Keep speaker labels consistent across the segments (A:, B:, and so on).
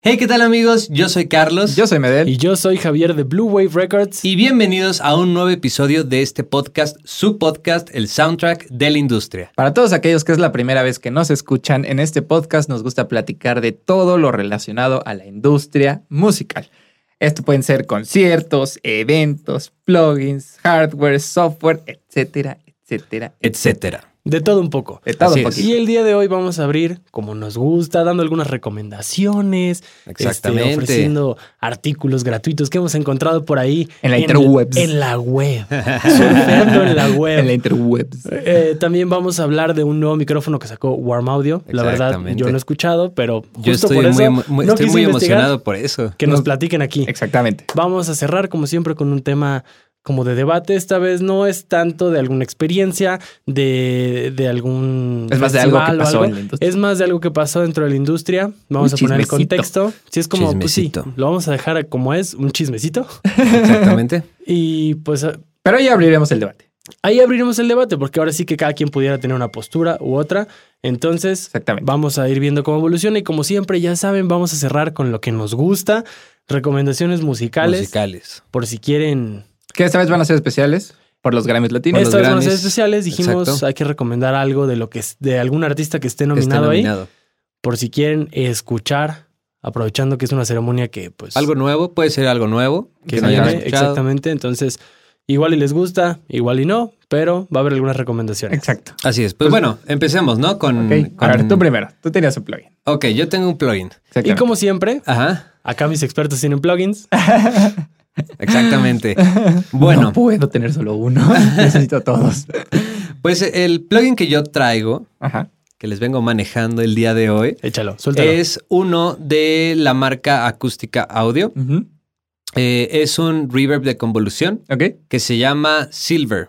A: Hey, ¿qué tal amigos? Yo soy Carlos.
B: Yo soy Medel.
C: Y yo soy Javier de Blue Wave Records.
A: Y bienvenidos a un nuevo episodio de este podcast, su podcast, el soundtrack de la industria.
B: Para todos aquellos que es la primera vez que nos escuchan, en este podcast nos gusta platicar de todo lo relacionado a la industria musical. Esto pueden ser conciertos, eventos, plugins, hardware, software, etcétera, etcétera.
A: Etcétera.
C: De todo un poco.
B: De todo
A: Así
B: un
A: es.
B: poquito.
C: Y el día de hoy vamos a abrir, como nos gusta, dando algunas recomendaciones, este,
A: Exactamente.
C: ofreciendo artículos gratuitos que hemos encontrado por ahí.
B: En la interwebs.
C: En la web. Surfeando en la web.
B: En la interwebs.
C: Eh, también vamos a hablar de un nuevo micrófono que sacó Warm Audio. La verdad,
A: Exactamente.
C: yo no he escuchado, pero justo
A: Yo estoy
C: por eso
A: muy, emo- muy-
C: no
A: estoy
C: quise
A: muy
C: investigar.
A: emocionado por eso.
C: Que nos platiquen aquí.
B: Exactamente.
C: Vamos a cerrar, como siempre, con un tema como de debate. Esta vez no es tanto de alguna experiencia, de, de algún.
B: Es más de algo que
C: festival o
B: pasó
C: algo.
B: en la industria.
C: Es más de algo que pasó dentro de la industria. Vamos
B: Un
C: a poner el
B: chismecito.
C: contexto. Si es como, pues sí,
A: Chismecito.
C: lo vamos a dejar como es, un chismecito.
A: Exactamente.
C: Y pues ah,
B: Pero ya abriremos el debate.
C: ahí abriremos el debate, porque ahora sí que cada quien pudiera tener una postura u otra. Entonces,
B: Exactamente.
C: Vamos a ir viendo cómo evoluciona y como siempre, ya saben, vamos a cerrar con lo que nos gusta, recomendaciones musicales,
A: Musicales.
C: por si quieren
B: Que esta vez van a ser especiales por los Grammys Latinos.
A: Por los
C: Estas van a ser
A: Grammys.
C: especiales, dijimos
A: Exacto.
C: hay que recomendar algo de lo que es- de algún artista que esté
A: Que esté
C: nominado, ahí,
A: nominado.
C: por si quieren escuchar, aprovechando que es una ceremonia que pues
A: Algo nuevo, puede ser algo nuevo.
C: que
A: no hayan
C: viene,
A: escuchado.
C: exactamente, entonces igual y les gusta, igual y no, pero va a haber algunas recomendaciones.
B: Exacto.
A: Así es. Pues, bueno, empecemos, ¿no? Con,
B: Ok. A
A: Mm, con-
B: ver, tú primero. Tú tenías un plugin.
A: Ok, yo tengo un plugin.
C: Y
B: Exactamente.
C: como siempre,
A: Ajá,
C: acá mis expertos tienen plugins.
A: exactamente. Bueno.
B: No puedo tener solo uno. Necesito todos.
A: Pues el plugin que yo traigo,
B: Ajá.
A: que les vengo manejando el día de hoy,
C: Échalo, suéltalo.
A: es uno de la marca Acústica Audio.
B: Ujú.
A: Eh, es un reverb de convolución
B: Ok.
A: que se llama Silver.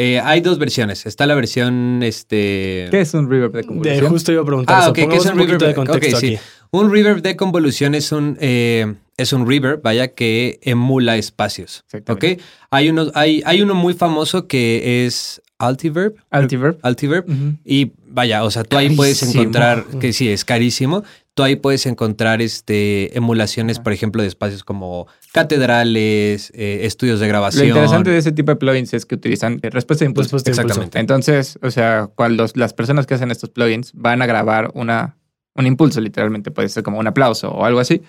A: Eh, hay dos versiones. Está la versión, este...
B: ¿Qué es un reverb de
C: De,
B: convolución?
C: justo iba a preguntar
A: Ah,
C: eso.
A: ok, que
C: Pongamos
A: es un
C: un poquito
A: reverb.
C: de contexto
A: Ok, sí.
C: aquí.
A: Un reverb de convolución es un, eh, es un reverb, vaya, que emula espacios. ¿Ok?
B: Exactamente.
A: Hay, uno, hay, hay uno muy famoso que es Altiverb.
B: Altiverb.
A: Altiverb.
B: Ujú.
A: Y vaya, o sea, tú ahí
B: Carísimo.
A: puedes encontrar, que sí, es carísimo, tú ahí puedes encontrar este, emulaciones, por ejemplo, de espacios como catedrales, eh, estudios de
B: Lo
A: grabación.
B: interesante de ese tipo de plugins es que utilizan eh, respuesta de impulso.
C: Después te impulso.
A: Exactamente.
B: Entonces, o sea, cuando los- las personas que hacen estos plugins van a grabar una, un impulso, literalmente, puede ser como un aplauso o algo así,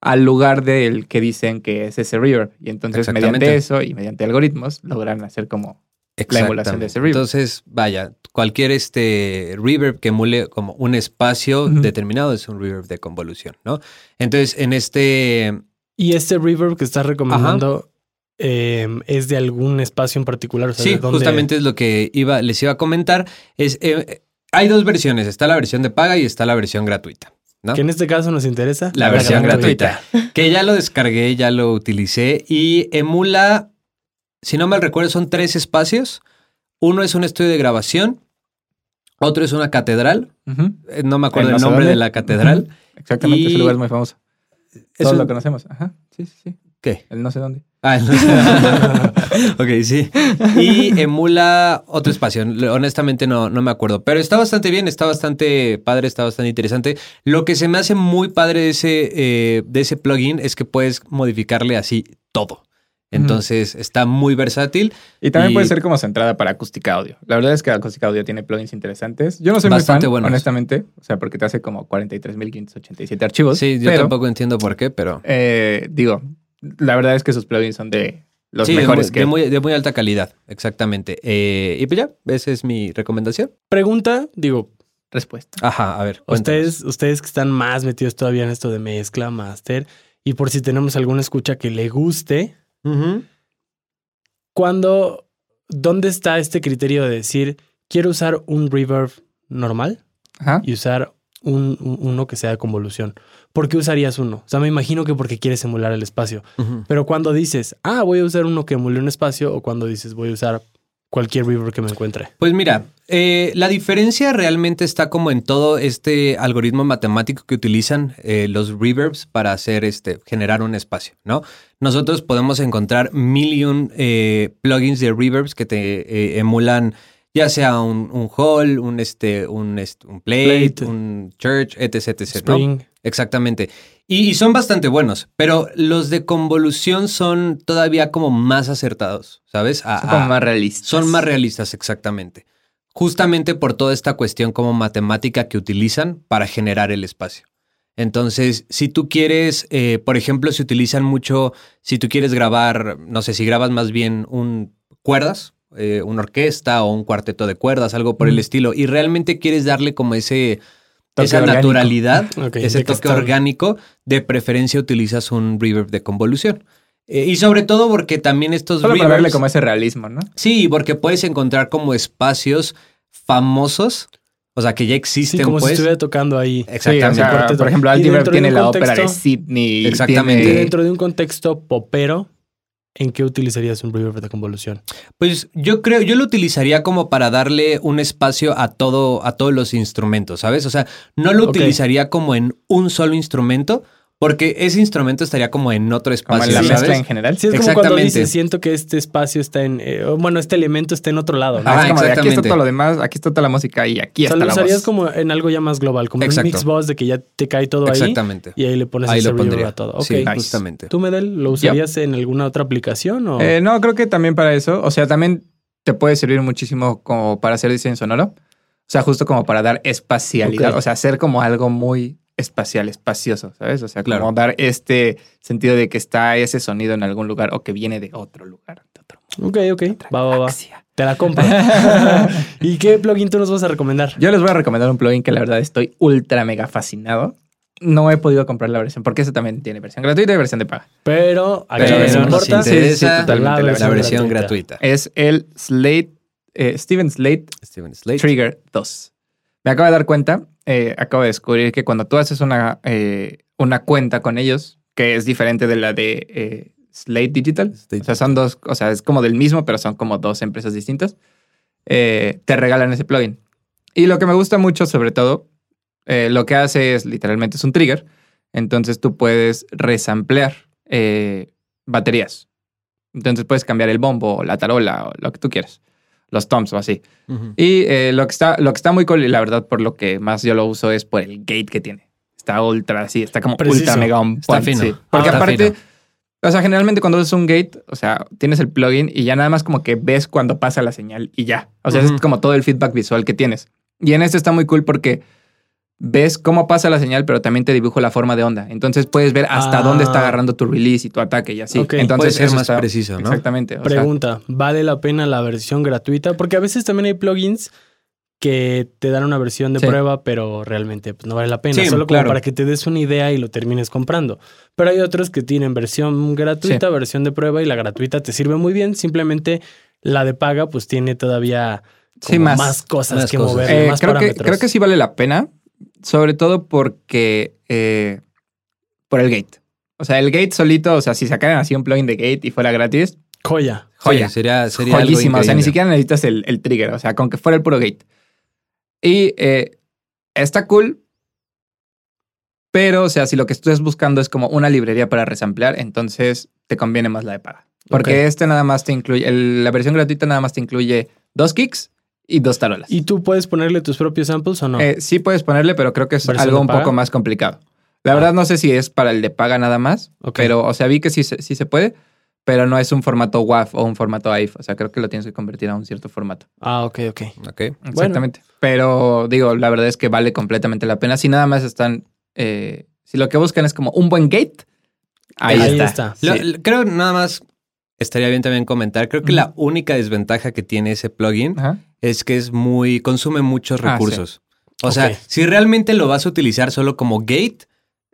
B: al lugar del que dicen que es ese reverb. Y entonces,
A: Exactamente.
B: mediante eso y mediante algoritmos, logran hacer como... la emulación de ese reverb.
A: Entonces, vaya, cualquier este reverb que emule como un espacio
B: Ujú.
A: determinado es un reverb de convolución, ¿no? Entonces, en este,
C: Y este reverb que estás recomendando eh, es de algún espacio en particular. O sea,
A: sí,
C: de dónde-
A: justamente es lo que iba, les iba a comentar, es, eh, eh, hay dos versiones, está la versión de paga y está la versión gratuita. ¿no?
C: Que en este caso nos interesa.
A: ¿Ah? La versión gratuita. Que ya lo descargué, ya lo utilicé y emula, si no mal recuerdo, son tres espacios. Uno es un estudio de grabación, otro es una catedral,
B: Ujú.
A: eh, no me acuerdo
B: En no
A: el
B: sé
A: nombre
B: dónde.
A: de la catedral.
B: Exactamente,
A: Y-
B: ese lugar es muy famoso.
A: Es
B: Todos
A: un-
B: lo conocemos. Ajá, sí, sí, sí.
A: ¿Qué?
B: El no sé dónde.
A: Ah, no. ok, sí. Y emula otro espacio. Honestamente no, no me acuerdo. Pero está bastante bien, está bastante padre, está bastante interesante. Lo que se me hace muy padre de ese, eh, de ese plugin es que puedes modificarle así todo. Entonces está muy versátil.
B: Y también
A: Y-
B: puede ser como centrada para acústica audio. La verdad es que acústica audio tiene plugins interesantes. Yo no soy
A: Bastante
B: muy fan,
A: buenos.
B: honestamente. O sea, porque te hace como 43.587 archivos.
A: Sí, yo
B: Pues, pero,
A: tampoco entiendo por qué, pero...
B: eh, digo, la verdad es que sus plugins son de los
A: Sí, de
B: mejores
A: muy-
B: que...
A: de, muy, de muy alta calidad, exactamente. Eh, y pues ya, esa es mi recomendación.
C: Pregunta, digo,
B: Respuesta.
A: Ajá, a ver. cuéntanos.
C: ustedes, ustedes que están más metidos todavía en esto de mezcla, master, y por si tenemos alguna escucha que le guste,
A: Ujú.
C: ¿cuándo, dónde está este criterio de decir, quiero usar un reverb normal?
B: Ajá.
C: y usar un, un- uno que sea de convolución. ¿Por qué usarías uno? O sea, me imagino que porque quieres emular el espacio.
A: Ujú.
C: Pero cuando dices, ah, voy a usar uno que emule un espacio, o cuando dices, voy a usar cualquier river que me encuentre.
A: Pues mira, eh, la diferencia realmente está como en todo este algoritmo matemático que utilizan eh, los reverbs para hacer este, generar un espacio, ¿no? Nosotros podemos encontrar mil y un eh, plugins de reverbs que te eh, emulan ya sea un, un hall, un, este, un, este, un plate,
C: Plate.
A: un church, etc, etc. ¿no?
C: Spring,
A: Exactamente. Y, y son bastante buenos, pero los de convolución son todavía como más acertados, ¿sabes? A-
B: Son como
A: a-
B: más realistas.
A: Ah, son más realistas, exactamente. Justamente por toda esta cuestión como matemática que utilizan para generar el espacio. Entonces, si tú quieres, eh, por ejemplo, se utilizan mucho, si tú quieres grabar, no sé, si grabas más bien un cuerdas, eh, una orquesta o un cuarteto de cuerdas, algo por el
B: Mm.
A: estilo, y realmente quieres darle como ese,
B: Toque
A: esa
B: orgánico.
A: naturalidad,
C: Ok,
A: ese
C: de que
A: toque
C: está-
A: orgánico, de preferencia utilizas un reverb de convolución. Eh, y sobre todo porque también estos
B: Solo para verle
A: reverbs-
B: como ese realismo, ¿no?
A: Sí, porque puedes encontrar como espacios famosos, o sea, que ya existen,
C: Sí, como si
A: pues.
C: estuviera tocando ahí.
A: Exactamente.
B: Sí, o sea,
C: Cuarteto.
B: por ejemplo,
C: Y
B: Aldi Berg
C: dentro de
B: tiene
C: un
B: la
C: contexto-
B: ópera de Sydney.
A: Exactamente.
C: Y
A: Eh.
B: tiene-
C: dentro de un contexto popero, ¿en qué utilizarías un reverb de convolución?
A: Pues yo creo, yo lo utilizaría como para darle un espacio a todo, a todos los instrumentos, ¿sabes? O sea, no lo
C: Ok.
A: utilizaría como en un solo instrumento, porque ese instrumento estaría como en otro
B: como
A: espacio,
B: en la
A: ¿sabes?
B: mezcla en general.
C: Sí, es como cuando
A: Exactamente.
C: dices, siento que este espacio está en... eh, bueno, este elemento está en otro lado, ¿no?
B: Ah, es como de aquí está
A: exactamente.
B: todo lo demás, aquí está toda la música y aquí
C: o sea,
B: está
C: lo
B: la
C: usarías
B: voz.
C: como en algo ya más global, como
A: Exacto.
C: un mix box de que ya te cae todo ahí
A: Exactamente.
C: y ahí le pones
A: Ahí
C: ese
A: lo
C: reverb
A: pondría.
C: a todo. Ok.
A: Sí,
B: Nice.
A: justamente.
C: ¿Tú, Medel, lo usarías en alguna otra aplicación o...?
B: Eh, no, creo que también para eso. O sea, también te puede servir muchísimo como para hacer diseño sonoro. O sea, justo como para dar espacialidad.
C: Ok.
B: O sea, hacer como algo muy espacial, espacioso, ¿sabes? O sea, como
A: Claro.
B: dar este sentido de que está ese sonido en algún lugar o que viene de otro lugar, de otro
C: ok, ok. Va, va, va.
B: galaxia.
C: Te la compro. ¿Y qué plugin tú nos vas a recomendar?
B: Yo les voy a recomendar un plugin que la verdad estoy ultra mega fascinado. No he podido comprar la versión porque esa también tiene versión gratuita y versión de paga.
C: Pero aquí
A: Pero
C: no
A: eso
C: nos
A: nos
C: importa.
A: interesa.
B: totalmente.
C: La
A: La versión gratuita.
C: gratuita.
B: Es el Slate, eh, Steven Slate
A: Steven Slate.
B: Trigger 2. Me acabo de dar cuenta, eh, acabo de descubrir que cuando tú haces una, eh, una cuenta con ellos, que es diferente de la de eh, Slate Digital,
A: Slate
B: o sea, son dos, o sea, es como del mismo, pero son como dos empresas distintas, eh, te regalan ese plugin. Y lo que me gusta mucho, sobre todo, eh, lo que hace es literalmente es un trigger, entonces tú puedes resamplear eh, baterías. Entonces puedes cambiar el bombo, o la tarola, o lo que tú quieras, los toms o así.
A: Ujú.
B: Y eh, lo, que está, lo que está muy cool, y la verdad, por lo que más yo lo uso es por el gate que tiene. Está ultra, así, está como
C: Preciso.
B: ultra mega on
A: Está
B: point,
A: fino. Ah,
B: sí. Porque
A: Está
B: aparte,
A: fino.
B: o sea, generalmente cuando usas un gate, o sea, tienes el plugin y ya nada más como que ves cuando pasa la señal y ya. O sea,
A: Ujú.
B: es como todo el feedback visual que tienes. Y en este está muy cool porque ves cómo pasa la señal, pero también te dibujo la forma de onda. Entonces puedes ver hasta
C: Ah.
B: dónde está agarrando tu release y tu ataque y así.
C: Ok.
A: Puede
B: Entonces
A: ser
B: eso
A: más
B: está-
A: preciso, ¿no?
B: Exactamente. o sea,
C: Pregunta, ¿vale la pena la versión gratuita? Porque a veces también hay plugins que te dan una versión de
B: Sí.
C: prueba, pero realmente pues, no vale la pena.
A: Sí,
C: Solo como
A: claro.
C: para que te des una idea y lo termines comprando. Pero hay otros que tienen versión gratuita, versión de prueba y la gratuita te sirve muy bien. Simplemente la de paga pues tiene todavía
B: Sí,
C: como
B: más.
C: cosas
A: Más
C: que
A: cosas.
C: mover,
B: Eh,
C: más
B: creo, que,
C: parámetros.
B: creo que sí vale la pena, sobre todo porque eh, por el gate. O sea, el gate solito, o sea, si sacaran así un plugin de gate y fuera gratis,
C: Joya.
B: joya.
A: Sí, sería, sería algo
B: joyísima. O sea, ni
A: increíble.
B: siquiera necesitas el, el trigger, o sea, con que fuera el puro gate. Y eh, está cool, pero, o sea, si lo que estás buscando es como una librería para resamplear, entonces te conviene más la de paga. Porque
C: Ok.
B: este nada más te incluye, el- la versión gratuita nada más te incluye dos kicks y dos tarolas.
C: ¿Y tú puedes ponerle tus propios samples o no?
B: Eh, sí puedes ponerle, pero creo que es
C: ¿Versión
B: algo
C: de
B: un
C: paga?
B: poco más complicado. La verdad no sé si es para el de paga nada más,
C: Ok.
B: pero o sea, vi que sí, se- sí se puede, pero no es un formato WAF o un formato AIF. O sea, creo que lo tienes que convertir a un cierto formato.
C: Ah, ok, ok.
A: Ok.
B: Exactamente. Pero digo, la verdad es que vale completamente la pena. Si nada más están, eh, si lo que buscan es como un buen gate, ahí,
A: Ahí
B: está.
C: está.
B: Sí.
A: Lo- lo- creo nada más estaría bien también comentar. Creo que
B: Ujú.
A: la única desventaja que tiene ese plugin
B: Ajá.
A: es que es muy consume muchos
B: Ah, sí.
A: recursos. O sea,
C: Ok.
A: si realmente lo vas a utilizar solo como gate,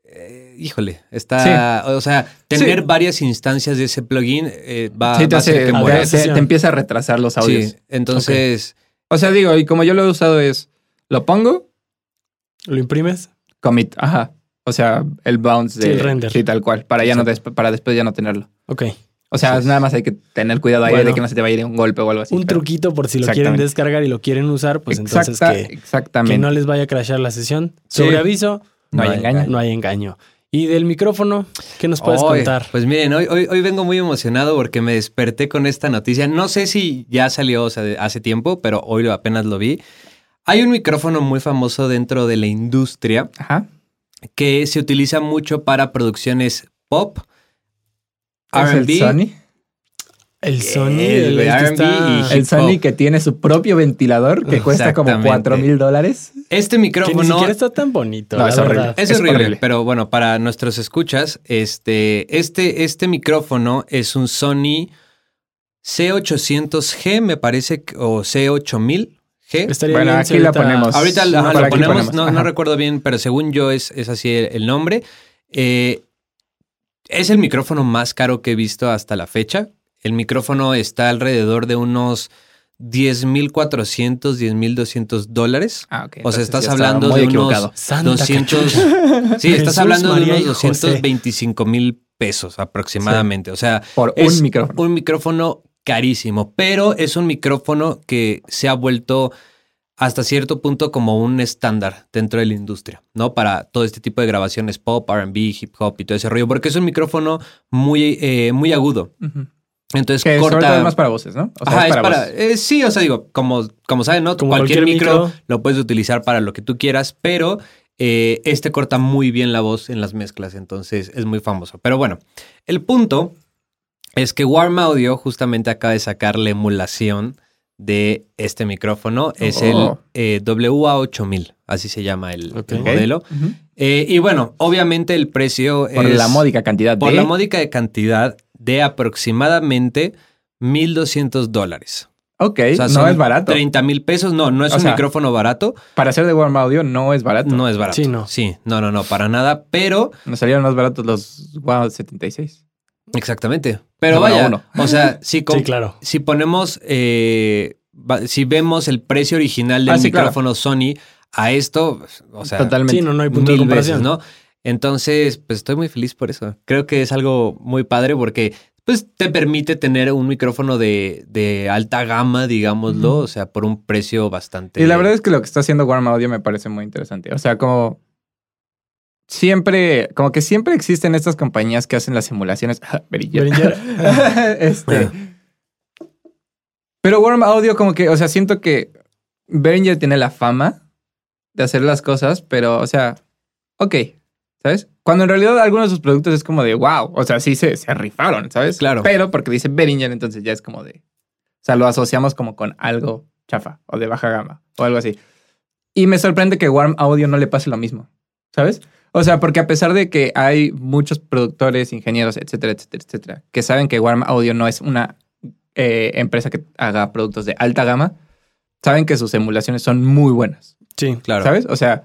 A: eh, híjole, está, o sea, tener
B: Sí.
A: varias instancias de ese plugin eh, va,
B: Sí, te,
A: va a
B: hace-
A: hacer que
B: te-
A: mueras.
B: te- te empieza a retrasar los audios.
A: Sí, entonces
B: O sea, digo, y como yo lo he usado es, lo pongo,
C: ¿Lo imprimes?
B: commit, ajá. O sea, el bounce de
C: Sí, el render.
B: sí, tal cual, para ya no desp- para después ya no tenerlo.
C: Ok.
B: O sea,
A: Así es.
B: nada más hay que tener cuidado ahí
C: Bueno.
B: de que no se te vaya a ir un golpe o algo así.
C: un
B: pero-
C: truquito por si lo quieren
B: Exactamente.
C: descargar y lo quieren usar, pues entonces
B: Exacta-
C: que,
B: exactamente.
C: que no les vaya a crashear la sesión.
B: Sí.
C: Sobre aviso,
B: No hay engaño.
C: no hay engaño. Y del micrófono, ¿qué nos puedes
A: Hoy,
C: contar?
A: Pues miren, hoy, hoy, hoy vengo muy emocionado porque me desperté con esta noticia. No sé si ya salió o sea, de- hace tiempo, pero hoy lo- apenas lo vi. Hay un micrófono muy famoso dentro de la industria
B: Ajá.
A: que se utiliza mucho para producciones pop,
B: ¿Es el
A: RB.
B: Sony?
C: El Sony,
A: es,
C: el,
A: güey,
C: el que
A: R&B
C: está-
A: y hip-
B: El Sony que tiene su propio ventilador que cuesta como
A: Exactamente.
B: 4 mil dólares.
A: Este
C: que ni
A: micrófono
C: siquiera está tan bonito.
B: No,
C: la
B: es horrible.
C: verdad.
A: Es,
B: Es
A: horrible,
B: horrible.
A: pero bueno, para nuestros escuchas, este, este, este micrófono es un Sony C800G, me parece, que- o C8000G.
C: Estaría
B: Bueno,
C: bien
B: aquí
C: si
B: la ponemos.
A: Ahorita
B: No,
A: ajá,
B: por
A: lo
B: aquí
A: ponemos,
B: ponemos,
A: no, no
B: ajá.
A: recuerdo bien, pero según yo es, es así el, el nombre. Eh, es el micrófono más caro que he visto hasta la fecha. El micrófono está alrededor de unos 10.400, 10.200 dólares.
B: Ah, ok.
A: O sea,
B: entonces
A: estás
B: ya estaba
A: hablando
B: muy
A: de
B: equivocado.
A: unos
C: Santa
A: 200. Sí,
C: Jesús,
A: estás hablando de
C: María
A: unos
C: y José.
A: 225 mil pesos aproximadamente. O sea,
B: por
A: es
B: un micrófono.
A: un micrófono carísimo, pero es un micrófono que se ha vuelto hasta cierto punto como un estándar dentro de la industria, ¿no? Para todo este tipo de grabaciones pop, RB, hip hop y todo ese rollo, porque es un micrófono muy, eh, muy agudo.
B: Ujú.
A: Entonces
B: Que sobre todo
A: corta.
B: es más para voces, ¿no? O sea,
A: Ajá,
B: es para, voces.
A: eh, sí, o sea, digo, como, como saben, ¿no?
C: Como
A: cualquier,
C: cualquier
A: micro,
C: micro.
A: lo puedes utilizar para lo que tú quieras, pero eh, este corta muy bien la voz en las mezclas, entonces es muy famoso. Pero bueno, el punto es que Warm Audio justamente acaba de sacar la emulación de este micrófono. Es
B: Oh.
A: el eh, WA8000, así se llama el, el
C: Ok.
A: modelo.
B: Ujú.
A: Eh, y bueno, obviamente el precio
B: Por
A: es...
B: la módica cantidad
A: Por
B: de...
A: la módica de cantidad de aproximadamente 1.200 dólares.
B: ok,
A: O sea,
B: no
A: son
B: es barato.
A: 30 mil pesos. No, no es
B: O
A: un
B: sea,
A: micrófono barato.
B: Para hacer de Warm Audio no es barato.
A: No es barato.
C: Sí, no.
A: Sí, no, no, no, para nada. Pero,
B: Nos salieron más baratos los Wow 76.
A: exactamente. Pero
B: Número
A: vaya,
B: uno.
A: o sea, si, com-
C: Sí, claro.
A: si ponemos, eh, va- si vemos el precio original del
B: Ah, sí, claro.
A: micrófono Sony a esto, o sea,
B: Totalmente.
C: Sí, no, no hay punto de
A: mil
C: comparación.
A: veces, ¿no? Entonces, pues estoy muy feliz por eso. Creo que es algo muy padre porque pues te permite tener un micrófono de, de alta gama, digámoslo,
B: Ujú.
A: o sea, por un precio bastante...
B: Y la verdad es que lo que está haciendo Warm Audio me parece muy interesante. O sea, como siempre, como que siempre existen estas compañías que hacen las simulaciones. Brillante. este. Pero Warm Audio, como que, o sea, siento que Behringer tiene la fama de hacer las cosas, pero, o sea, ok, ¿sabes? Cuando en realidad algunos de sus productos es como de wow, o sea, sí se, se rifaron, ¿sabes?
A: Claro.
B: Pero porque dice Behringer, entonces ya es como de. O sea, lo asociamos como con algo chafa o de baja gama o algo así. Y me sorprende que Warm Audio no le pase lo mismo, ¿sabes? O sea, porque a pesar de que hay muchos productores, ingenieros, etcétera, etcétera, etcétera, que saben que Warm Audio no es una eh, empresa que haga productos de alta gama, saben que sus emulaciones son muy buenas,
C: Sí.
A: Claro.
B: ¿sabes? O sea,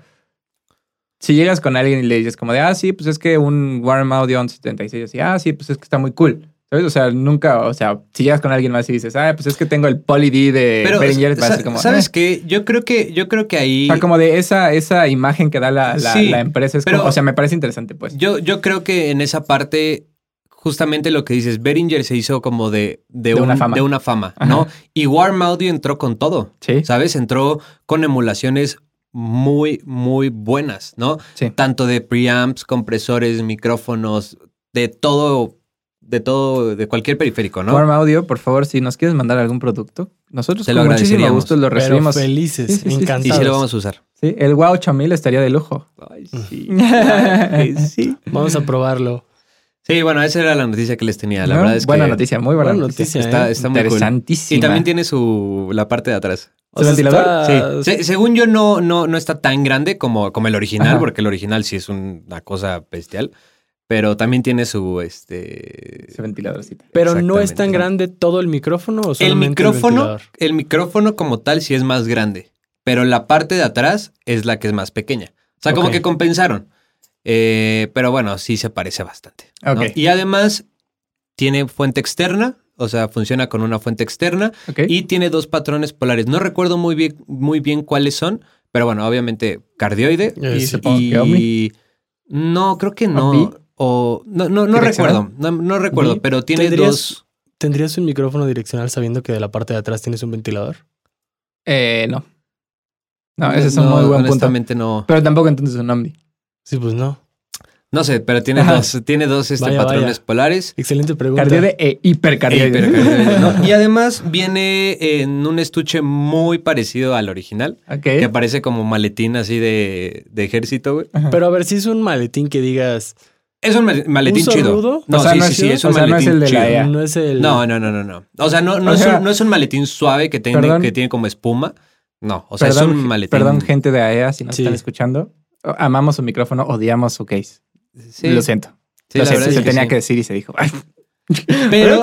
B: si llegas con alguien y le dices como de, ah, sí, pues es que un Warm Audio 1176, así, ah, sí, pues es que está muy cool. ¿Sabes? O sea, nunca, o sea, si llegas con alguien más y dices, ah, pues es que tengo el Poly D de
A: Pero,
B: Behringer, va a
A: sa-
B: ser como,
A: ¿sabes
B: "Eh".
A: qué? Yo creo que, yo creo que ahí...
B: O sea, como de esa, esa imagen que da la, la-
A: Sí,
B: la empresa. Es como-
A: pero-
B: o sea, me parece interesante, pues.
A: Yo, yo creo que en esa parte, justamente lo que dices, Behringer se hizo como de, de,
B: De
A: un-
B: una fama.
A: de una fama,
B: Ajá.
A: ¿no? Y Warm Audio entró con todo,
B: sí.
A: ¿sabes? Entró con emulaciones muy, muy buenas, ¿no?
B: Sí.
A: Tanto de preamps, compresores, micrófonos, de todo, de todo, de cualquier periférico, ¿no?
B: Warm Audio, por favor, si nos quieres mandar algún producto, nosotros
A: Te lo
B: con muchísimo
A: agradeceríamos.
B: gusto lo
C: Pero
B: recibimos.
C: felices,
B: Sí, sí, sí, sí.
A: y sí
C: encantados.
A: lo vamos a usar.
B: Sí, el Wow 8000 estaría de lujo.
A: Ay, sí.
B: sí.
C: Vamos a probarlo.
A: Sí, bueno, esa era la noticia que les tenía. La
B: ¿No?
A: verdad es
B: buena
A: que
B: noticia, muy buena,
C: Buena
B: noticia.
C: noticia,
A: Está,
C: ¿eh?
A: está muy cool.
B: Interesantísima.
A: Y también tiene su la parte de atrás.
C: Ah, O sea,
B: ¿El ventilador?
C: está-
A: Sí. Se- según yo, no, no, no está tan grande como, como el original,
B: Ajá.
A: porque el original sí es un- una cosa bestial. Pero también tiene su este.
B: Ese ventiladorcito.
C: Pero no es
A: Exactamente.
C: tan grande todo el micrófono o
A: El
C: solamente el
A: micrófono,
C: ventilador?
A: el micrófono como tal sí es más grande, pero la parte de atrás es la que es más pequeña. O sea, como
C: Ok.
A: que compensaron. Eh, pero bueno, sí se parece bastante. ¿no?
B: Ok.
A: Y además tiene fuente externa, o sea, funciona con una fuente externa
B: Ok.
A: y tiene dos patrones polares. No recuerdo muy bien, muy bien cuáles son, pero bueno, obviamente cardioide
C: Eh,
A: y,
B: supongo
A: y-
B: que ovni.
A: no creo que
B: ¿Ovni?
A: no o no no no
B: ¿Direccional?
A: recuerdo, no, no recuerdo,
C: ¿Ovni?
A: pero tiene
C: ¿Tendrías-
A: dos
C: ¿Tendrías un micrófono direccional sabiendo que de la parte de atrás tienes un ventilador?
B: Eh, no. No, Ah, ese es un muy buen punto.
A: honestamente no.
B: Pero tampoco entonces un Omni.
C: Sí, pues no.
A: No sé, pero tiene
B: Ajá.
A: dos, tiene dos este,
C: Vaya,
A: patrones
C: vaya.
A: polares.
C: Excelente pregunta.
B: Cardioide e hipercardioide.
A: Hipercardioide, ¿no? Y además viene en un estuche muy parecido al original,
B: Ok.
A: que aparece como maletín así de, de ejército, güey.
B: Ajá.
C: Pero a ver, si es un maletín que digas,
A: Es un mal- maletín
C: ¿Un
A: chido.
C: sorrudo?
A: No,
B: O sea,
A: sí,
B: no
A: sí,
B: es-
A: sí, es
B: o
A: un
B: sea, no es
A: maletín
B: el de la
A: chido.
B: Ya.
C: no es el...
A: No, no, no, no, no. O sea, no, no,
B: O
A: es,
B: sea-
A: un, no es un maletín suave que tiene,
B: Perdón.
A: que tiene como espuma. No, o sea,
B: perdón,
A: es un maletín.
B: perdón, gente de AEA, si nos
C: Sí.
B: están escuchando. Amamos su micrófono, odiamos su case.
A: Sí,
B: Lo siento.
A: sí,
B: lo
A: la
B: siento.
A: verdad
B: Se
A: es
B: tenía
A: sí.
B: que decir y se dijo. Ay,
A: Pero,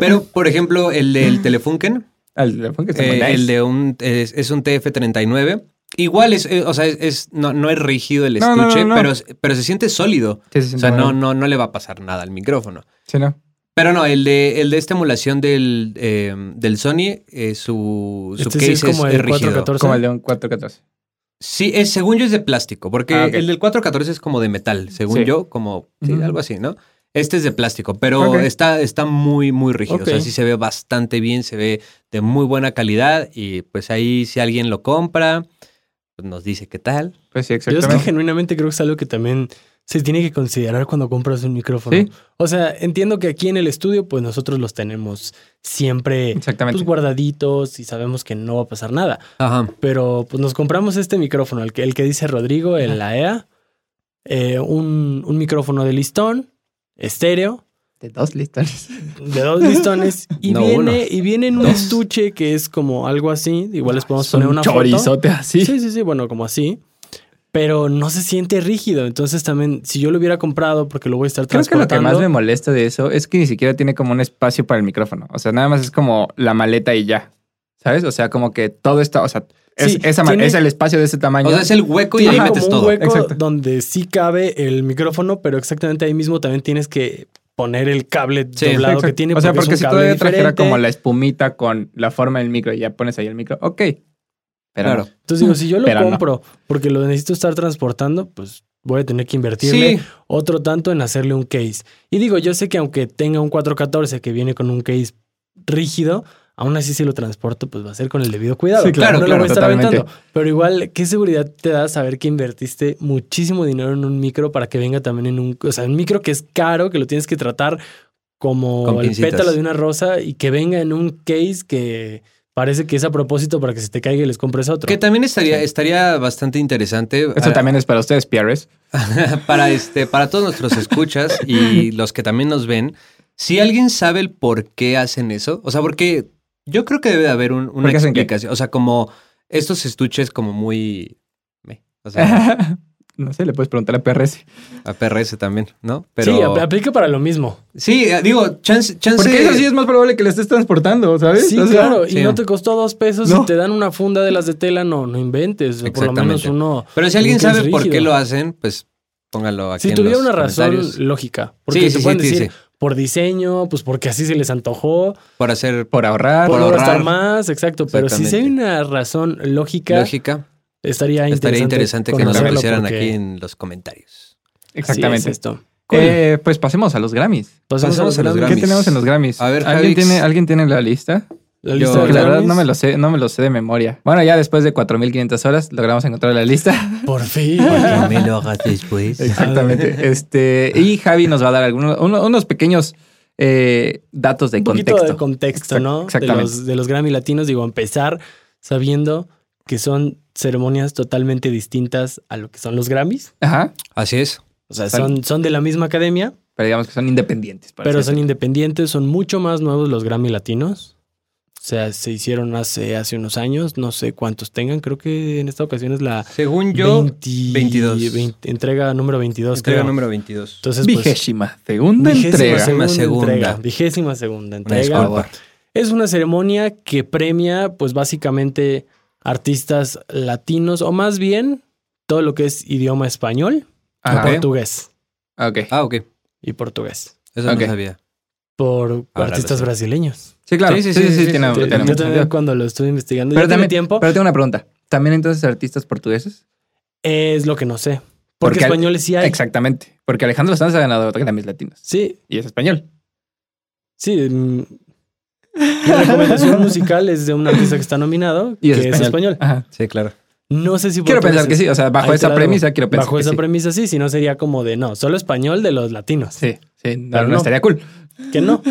A: pero, por ejemplo, el del Telefunken,
B: el, teléfono que está
A: eh,
B: muy nice.
A: el de un, es, es un TF-39. Igual es, eh, o sea, es, es- no, no es rígido el
B: No, no,
A: estuche,
B: no, no.
A: Pero, pero se siente sólido.
B: Sí, sí, sí,
A: O sea, no,
B: no.
A: no, no le va a pasar nada al micrófono.
B: Sí, no.
A: Pero no, el de, el de esta emulación del, eh, del Sony, eh, su, su
C: Este
A: case
C: sí es como el
A: rígido.
C: 414.
B: Como el de un 414.
A: Sí, es, según yo es de plástico, porque
B: Ah, ok.
A: el del 414 es como de metal, según
B: Sí.
A: yo, como sí,
B: Ujú.
A: algo así, ¿no? Este es de plástico, pero
B: Ok.
A: está, está muy, muy rígido. O sea,
C: Ok.
A: sí se ve bastante bien, se ve de muy buena calidad y pues ahí si alguien lo compra, pues nos dice qué tal.
B: Pues sí,
C: Yo es que
B: exactamente.
C: genuinamente creo que es algo que también se tiene que considerar cuando compras un micrófono.
B: Sí.
C: O sea, entiendo que aquí en el estudio, pues nosotros los tenemos siempre
B: Exactamente.
C: pues, guardaditos y sabemos que no va a pasar nada.
A: Ajá.
C: Pero pues nos compramos este micrófono, el que, el que dice Rodrigo, el AEA, eh, un, un micrófono de listón, estéreo,
B: De dos listones.
C: de dos listones, y,
A: No,
C: viene,
A: uno.
C: y viene en un
A: Dos.
C: estuche que es como algo así. Igual les podemos
B: Son
C: poner una foto.
B: chorizote así.
C: Sí, sí, sí, bueno, como así. Pero no se siente rígido. Entonces también, si yo lo hubiera comprado porque lo voy a estar
B: Creo que lo que
C: transportando.
B: más me molesta de eso es que ni siquiera tiene como un espacio para el micrófono. O sea, nada más es como la maleta y ya. ¿Sabes? O sea, como que todo está. O sea, es,
C: Sí,
B: esa ma-
C: tiene-
B: es el espacio de ese tamaño.
A: O sea, es el hueco y ahí
C: tiene como
A: metes
C: un
A: todo.
C: hueco
B: Exacto.
C: donde sí cabe el micrófono, pero exactamente ahí mismo también tienes que poner el cable
A: Sí.
C: doblado
B: Exacto.
C: que tiene.
B: o sea, porque
C: es
B: si
C: un cable
B: todavía trajera
C: diferente.
B: como la espumita con la forma del micro y ya pones ahí el micro, ok. Pero
A: Claro.
C: Entonces digo, si yo lo
B: Pero no.
C: compro porque lo necesito estar transportando, pues voy a tener que invertirle
A: Sí,
C: otro tanto en hacerle un case. Y digo, yo sé que aunque tenga un 414 que viene con un case rígido, aún así si lo transporto, pues va a ser con el debido cuidado.
B: Sí, claro,
C: no
A: claro,
C: lo voy a estar
B: totalmente.
C: aventando. Pero igual, ¿qué seguridad te da saber que invertiste muchísimo dinero en un micro para que venga también en un... O sea, un micro que es caro, que lo tienes que tratar
A: Con
C: como el
A: pincitas.
C: pétalo de una rosa y que venga en un case que parece que es a propósito para que se te caiga y les compres otro.
A: que también estaría,
B: Sí.
A: estaría bastante interesante.
B: Esto
A: Ah,
B: también es para ustedes, PRs.
A: para este, para todos nuestros escuchas y los que también nos ven, si alguien sabe el por qué hacen eso, o sea, porque yo creo que debe de haber un- una
B: ¿Por qué hacen qué?
A: explicación. O sea, como estos estuches como muy. meh, O sea,
B: no sé, le puedes preguntar a PRS.
A: a PRS también, ¿no? Pero.
C: Sí, apl- aplica para lo mismo.
A: Sí, eh, digo, chance, chance.
B: Porque eso sí es más probable que le estés transportando, ¿sabes?
C: Sí,
B: O sea,
C: claro.
A: sí.
C: Y no te costó dos pesos
B: No.
C: y te dan una funda de las de tela, no, no inventes. o Por lo menos
A: Exactamente.
C: uno.
A: Pero si alguien
C: Nunca es
A: sabe por qué
C: rígido.
A: lo hacen, pues póngalo aquí.
C: Si
A: en
C: tuviera
A: los
C: una razón
A: comentarios.
C: lógica. Porque
A: Sí,
C: te
A: sí, sí,
C: pueden
A: sí,
C: decir
A: sí.
C: por diseño, pues porque así se les antojó,
A: Por hacer
B: Por ahorrar.
A: Por
C: por
A: ahorrar.
C: gastar más, exacto. Pero si sí hay
A: Exactamente.
C: una razón lógica,
A: lógica,
C: estaría interesante.
A: estaría interesante que nos lo
C: conocerlo,
A: pusieran
C: porque
A: aquí en los comentarios.
C: así
B: Exactamente.
C: es esto.
B: Eh, pues pasemos a los Grammys.
C: Pasamos
A: pasamos
C: a los
A: a los
C: Grammys.
B: ¿Qué tenemos en los Grammys?
A: A ver,
B: ¿Alguien
A: Javix.
B: tiene, ¿Alguien tiene la lista?
C: La
A: Yo-
C: lista
B: La
C: de
B: verdad
C: Grammys.
B: no me lo sé, no me lo sé de memoria. Bueno, ya después de 4500 horas logramos encontrar la lista.
C: Por fin.
A: Porque me lo hagas después.
B: Exactamente. este, y Javi nos va a dar algunos uno- unos pequeños eh, datos de
C: un poquito
B: contexto.
C: de contexto,
B: Exact-
C: ¿no?
B: exactamente.
C: De los, de los Grammy latinos, digo, empezar sabiendo que son ceremonias totalmente distintas a lo que son los Grammys.
B: Ajá.
A: Así es.
C: O sea,
B: Son-
C: son, son de la misma academia,
B: Pero digamos que son independientes. por
C: pero
B: así
C: son independientes, son mucho más nuevos los Grammy latinos. O sea, se hicieron hace, hace unos años, no sé cuántos tengan, creo que en esta ocasión es la
A: Según yo,
C: 20
A: 22.
C: 20 entrega número 22,
A: entrega
C: creo.
A: número 22.
C: Entonces,
B: decirlo.
C: pues,
B: Vigésima segunda
C: vigésima
B: entrega.
C: segunda,
A: Segunda.
C: entrega. Vigésima segunda
A: Una
C: entrega.
A: disculpa.
C: Es una ceremonia que premia, pues básicamente, artistas latinos, o más bien, todo lo que es idioma español
B: Ajá.
C: o portugués.
B: Ok.
A: Ah, ok.
C: Y portugués.
A: Eso
B: Ok.
A: no sabía.
C: Por
A: Ahora lo
C: artistas
A: sé.
C: brasileños.
B: Sí, claro. Sí, sí, sí,
A: sí,
B: tiene-
A: sí,
C: Yo-
B: tiene
C: yo
B: mucho
C: también
B: sentido.
C: cuando lo estuve investigando,
B: Pero
C: ya tiene
B: también,
C: tiempo,
B: pero tengo una pregunta. ¿También entonces artistas portugueses?
C: es lo que no sé. Porque,
B: Porque al-
C: españoles sí hay.
B: Exactamente. Porque Alejandro Sanz ha ganado Grammys latinos.
C: Sí,
B: Y es español.
C: sí. mm. Mi recomendación musical es de un artista que está nominado,
B: Y
C: que
B: es
C: es español.
B: Ajá.
A: Sí, claro.
C: No sé si...
B: Quiero
C: porque
B: pensar que
C: dices,
B: sí, o sea, bajo
C: "Ahí te
B: esa
C: la debo".
B: premisa quiero pensar
C: Bajo
B: que
C: esa
B: sí.
C: premisa sí, si no sería como de, no, solo español de los latinos.
B: Sí, sí, no,
C: Pero
B: no
C: no.
B: estaría cool.
C: Que no.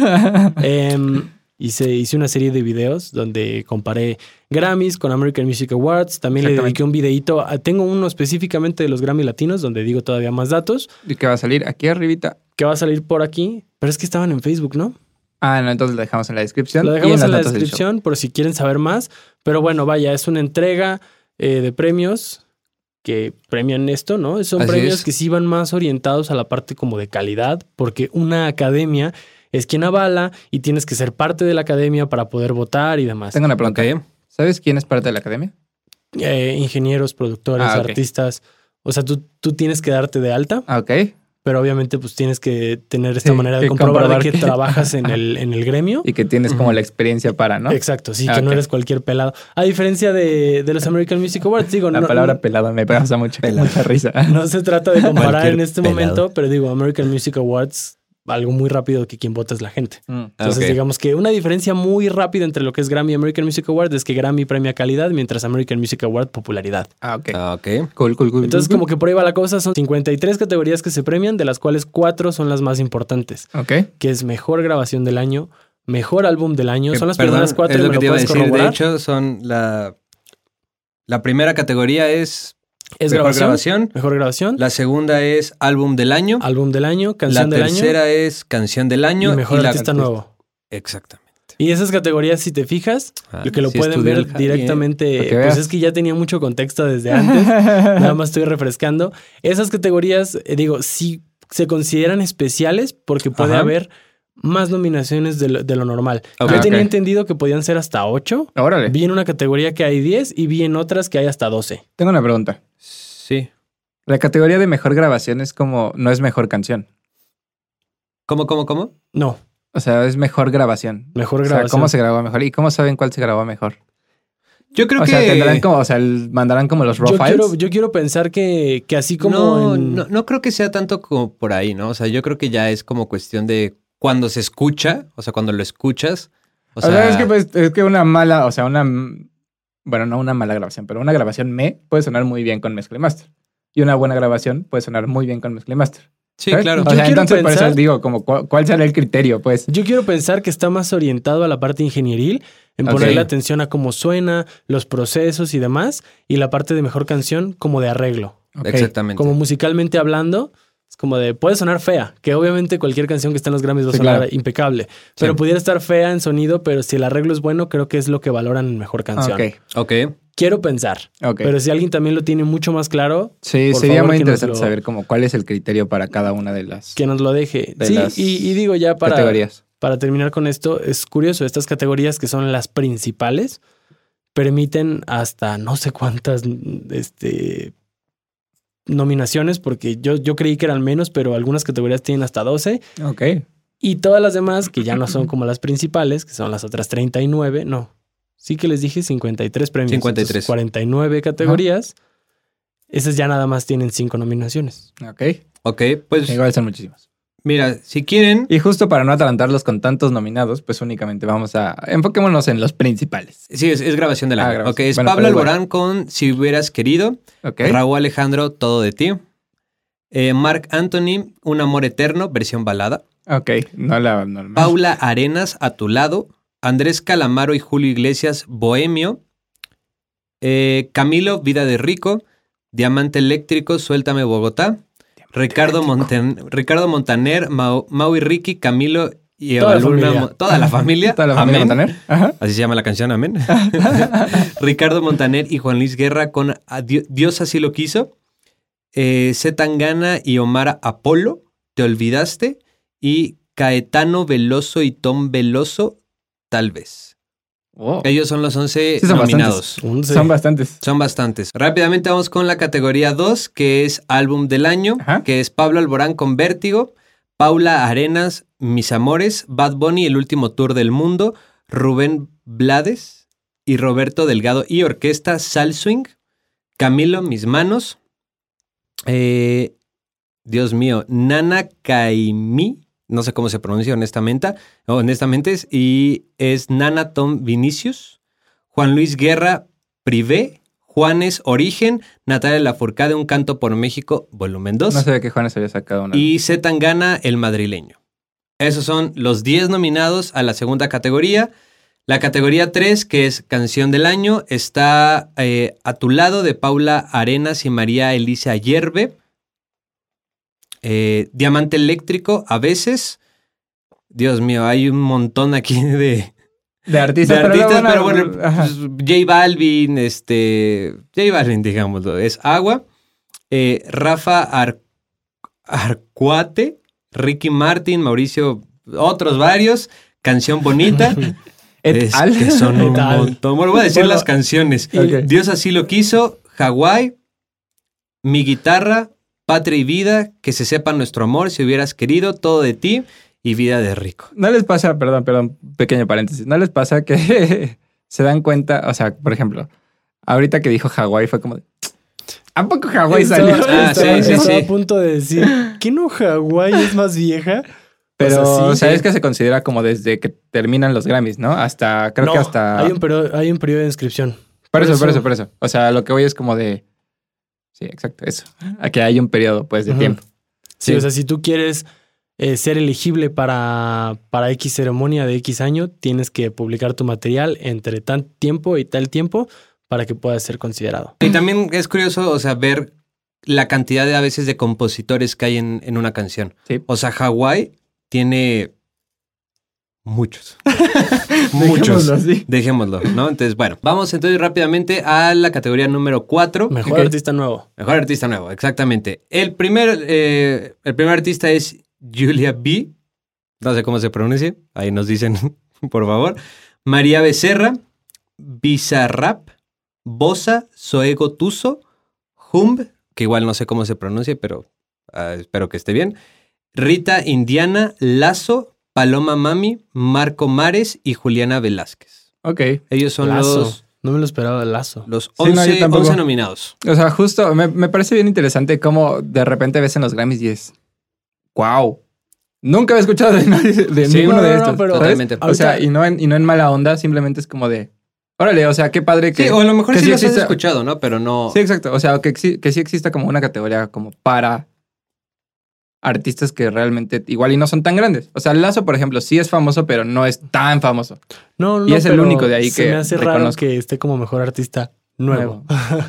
C: Em, hice, hice una serie de videos donde comparé Grammys con American Music Awards. También le
B: Exactamente.
C: dediqué un videíto. a- Tengo uno específicamente de los Grammy latinos donde digo todavía más datos.
B: ¿Y qué va a salir? Aquí arribita.
C: Que va a salir por aquí. Pero es que estaban en Facebook, ¿no?
B: Ah, no, entonces lo dejamos en la descripción.
C: Lo
B: y
C: dejamos
B: las
C: en la
B: notas del show.
C: descripción por si quieren saber más. Pero bueno, vaya, es una entrega eh, de premios que premian esto, ¿no? Son
A: Así
C: premios
A: es.
C: que sí van más orientados a la parte como de calidad, porque una academia es quien avala y tienes que ser parte de la academia para poder votar y demás.
B: Tengo una pregunta.
A: Ok.
B: ¿Sabes quién es parte de la academia?
C: Eh, ingenieros, productores,
B: Ah, ok.
C: artistas. O sea, tú, tú tienes que darte de alta,
B: Ah, ok.
C: pero obviamente pues tienes que tener esta
B: Sí,
C: manera
B: que
C: de comprobar,
B: comprobar
C: de que,
B: que-
C: trabajas en el, en el gremio.
B: Y que tienes como
A: Ujú.
B: la experiencia para, ¿no?
C: Exacto, sí,
B: Ah,
C: que no
B: ok.
C: eres cualquier pelado. A diferencia de, de los American Music Awards, digo,
B: La
C: no,
B: palabra pelada me pasa mucha, mucha risa.
C: no se trata de comparar
A: Cualquier
C: en este
A: pelado.
C: momento, pero digo, American Music Awards, algo muy rápido que quien vota es la gente.
B: Mm.
A: Ah,
C: Entonces,
A: ok.
C: digamos que una diferencia muy rápida entre lo que es Grammy y American Music Awards es que Grammy premia calidad, mientras American Music Award popularidad.
B: Ah, ok.
A: Ah, ok.
B: Cool, cool, cool.
C: Entonces, como que por ahí va la cosa, son 53 categorías que se premian, de las cuales cuatro son las más importantes,
B: Ok.
C: que es mejor grabación del año, mejor álbum del año,
A: Que,
C: son las
A: perdón,
C: primeras cuatro,
A: Es lo
C: ¿me
A: que te iba a
C: puedes
A: decir. De
C: corroborar?
A: hecho, son la. La primera categoría es,
C: es
A: mejor
C: grabación,
A: grabación.
C: mejor grabación,
A: La segunda es álbum del año.
C: álbum del año,
A: La
C: canción del año
A: tercera es canción del
C: y
A: año.
C: mejor
A: la-
C: artista nuevo.
A: Exactamente.
C: Y esas categorías, si te fijas,
A: Ah,
C: lo que lo
A: sí
C: pueden
A: estudió el
C: ver
A: Javi, ¿eh?
C: directamente,
B: Para que
C: pues
B: veas.
C: es que ya tenía mucho contexto desde antes. Nada más estoy refrescando. Esas categorías, eh, digo, sí se consideran especiales porque puede
A: Ajá. Ah,
C: haber más nominaciones de lo, de lo normal.
A: Ok,
C: Yo tenía
B: ok.
C: entendido que podían ser hasta 8.
B: Órale.
C: Vi en una categoría que hay 10 y vi en otras que hay hasta 12.
B: Tengo una pregunta.
A: Sí.
B: La categoría de mejor grabación es como, no es mejor canción.
A: ¿Cómo, cómo, cómo?
C: No,
B: O sea, es mejor grabación.
C: mejor
B: O
C: grabación.
B: sea, ¿cómo se grabó mejor? ¿Y cómo saben cuál se grabó mejor?
A: Yo creo
B: o
A: que.
B: sea, tendrán como, o sea, el- mandarán como los raw
C: yo,
B: files.
C: quiero, yo quiero pensar que, que así como
A: no,
C: en-
A: no, no creo que sea tanto como por ahí, ¿no? O sea, yo creo que ya es como cuestión de cuando se escucha, o sea, cuando lo escuchas. O sea,
B: es que pues, es que una mala, o sea, una bueno, no una mala grabación, pero una grabación me puede sonar muy bien con mezcla y master. Y una buena grabación puede sonar muy bien con mezcla y master.
A: sí,
B: ¿sabes?
A: claro.
B: O
C: Yo
B: sea,
C: quiero
B: entonces por
C: pensar-
B: eso digo, como cu- cuál será el criterio, pues.
C: Yo quiero pensar que está más orientado a la parte ingenieril, en
B: Ok.
C: ponerle atención a cómo suena, los procesos y demás, y la parte de mejor canción como de arreglo.
B: Ok.
A: Exactamente.
C: Como musicalmente hablando, es como de puede sonar fea, que obviamente cualquier canción que está en los Grammys va a
B: Sí,
C: sonar
B: claro.
C: impecable, pero pudiera estar fea en sonido, pero si el arreglo es bueno, creo que es lo que valoran en mejor canción.
B: Ok,
A: Ok.
C: Quiero pensar,
B: ok.
C: pero si alguien también lo tiene mucho más claro,
B: sí,
C: por
B: sería
C: favor,
B: muy
C: que nos
B: interesante
C: lo-
B: saber como cuál es el criterio para cada una de las
C: que nos lo deje.
B: De
C: sí,
B: las
C: y, y digo ya para
B: categorías.
C: Para terminar con esto, es curioso, estas categorías que son las principales permiten hasta no sé cuántas mm, este, nominaciones, porque yo, yo creí que eran menos, pero algunas categorías tienen hasta 12,
B: Ok.
C: y todas las demás, que ya no son como las principales, que son las otras 39, no, sí que les dije 53 premios,
A: 53.
C: entonces 49 categorías, esas ya nada más tienen 5 nominaciones.
B: Ok.
A: Ok. Pues
B: Igual son muchísimas.
A: mira, si quieren,
B: Y justo para no atalantarlos con tantos nominados, pues únicamente vamos a enfoquémonos en los principales.
A: sí, es, es grabación del
B: Ah,
A: año.
B: grabación.
A: Ok, es
B: Bueno,
A: Pablo
B: pero igual.
A: Alborán con Si hubieras querido,
B: Ok.
A: Raúl Alejandro, Todo de ti. Eh, Mark Anthony, Un amor eterno, versión balada.
B: Ok. No la normal.
A: Paula Arenas, A tu lado. Andrés Calamaro y Julio Iglesias, Bohemio. Eh, Camilo, Vida de Rico. Diamante Eléctrico, Suéltame Bogotá. Ricardo, Montan- Ricardo Montaner, Mau, Mau y Ricky, Camilo y
C: Toda la
A: Evaluna
C: familia.
A: Mo- Toda la familia.
B: ¿Toda la familia
A: Amén.
B: Montaner? Ajá.
A: Así se llama la canción, amén. Ricardo Montaner y Juan Luis Guerra con A Di- Dios así lo quiso. Eh, C. Tangana y Omar Apolo, Te olvidaste. Y Caetano Veloso y Tom Veloso, tal vez.
B: Wow.
A: Ellos son los 11
B: Sí, son
A: nominados.
C: Once.
B: Son bastantes.
A: Son bastantes. Rápidamente vamos con la categoría 2, que es álbum del año,
B: Ajá.
A: que es Pablo Alborán con Vértigo, Paula Arenas, Mis Amores, Bad Bunny, El Último Tour del Mundo, Rubén Blades y Roberto Delgado y Orquesta Sal Swing, Camilo, Mis Manos, eh, Dios mío, Nana Kaimi, no sé cómo se pronuncia honestamente, honestamente es, y es Nana Tom Vinicius, Juan Luis Guerra, Privé, Juanes Origen, Natalia Lafourcade, Un Canto por México, volumen 2.
B: No sabía que Juanes había sacado una.
A: y Z Tangana, El Madrileño. Esos son los 10 nominados a la segunda categoría. La categoría 3, que es Canción del Año, está eh, a tu lado de Paula Arenas y María Elisa Yerbe. Eh, Diamante Eléctrico, a veces. Dios mío, hay un montón aquí de,
B: de
A: de
B: artistas,
A: artistas,
B: luego
A: pero,
B: no-
A: bueno,
B: ajá.
A: pues, J Balvin, este, J Balvin, digámoslo, es Agua, Eh, Rafa Ar- Arcuate, Ricky Martin, Mauricio, otros varios, Canción Bonita,
B: Et
A: es
B: al.
A: que son un
C: Et al.
A: montón. Bueno, voy a decir
C: Bueno,
A: las canciones.
C: y-
B: Ok.
A: Dios así lo quiso, Hawái, Mi Guitarra, Patria y Vida, Que se sepa nuestro amor, si hubieras querido, Todo de ti y Vida de Rico.
B: No les pasa, perdón, perdón, pequeño paréntesis. No les pasa que se dan cuenta, o sea, por ejemplo, ahorita que dijo Hawái fue como de, ¿A poco Hawái
C: Estaba-
B: salió?
A: Ah,
C: estaba-
A: sí, sí,
C: estaba
A: sí.
C: a punto de decir, ¿qué no Hawái es más vieja?
B: Pero
A: Pues
C: O sea, sí,
B: sabes
C: sí.
B: que se considera como desde que terminan los Grammys, ¿no? Hasta, creo que
C: No,
B: hasta.
C: Hay un, pero, hay un periodo de inscripción.
B: por eso, por
C: eso-
B: eso, por eso. O sea, lo que voy es como de. Sí, exacto, eso. Aquí hay un periodo, pues, de
C: Ujú.
B: tiempo.
C: Sí,
B: Sí.
C: o sea, si tú quieres eh, ser elegible para, para X ceremonia de X año, tienes que publicar tu material entre tal tiempo y tal tiempo para que puedas ser considerado.
A: Y también es curioso, o sea, ver la cantidad de a veces de compositores que hay en, en una canción.
B: Sí.
A: O sea, Hawái tiene muchos. muchos.
B: Dejémoslo así.
A: Dejémoslo, ¿no? Entonces, bueno, vamos entonces rápidamente a la categoría número 4.
C: Mejor
B: Ok.
C: artista nuevo.
A: Mejor artista nuevo, exactamente. El primer, eh, el primer artista es Julia B. No sé cómo se pronuncia. Ahí nos dicen, por favor. María Becerra, Bizarrap, Bosa, Soego Tuso, Humb, que igual no sé cómo se pronuncia, pero ah, espero que esté bien. Rita Indiana, Lazo, Paloma Mami, Marco Mares y Juliana Velázquez.
B: Ok.
A: Ellos son
C: Lazo.
A: los,
C: No me lo esperaba de Lazo.
A: los
B: no, yo
A: 11
B: tampoco.
A: 11 nominados.
B: O sea, justo me, me parece bien interesante cómo de repente ves en los Grammys y es. ¡Wow! Nunca había escuchado de nadie de
A: Sí,
B: ninguno
C: no,
B: de
C: no,
B: estos.
C: no, pero-
B: ¿sabes?
A: Totalmente.
B: O sea, y no, en, y no en mala onda, simplemente es como de. Órale, o sea, qué padre que.
A: Sí, o a lo mejor
B: que
A: sí,
B: sí
A: los has
B: existe-
A: escuchado, ¿no? Pero no.
B: Sí, exacto. O sea, que, exi- que sí exista como una categoría como para artistas que realmente igual y no son tan grandes. O sea, Lazo, por ejemplo, sí es famoso, pero no es tan famoso.
C: No, no,
B: Y
C: no,
B: es el
C: pero
B: único de ahí
C: se
B: que
C: me hace raro
B: reconozco.
C: que esté como mejor artista nuevo.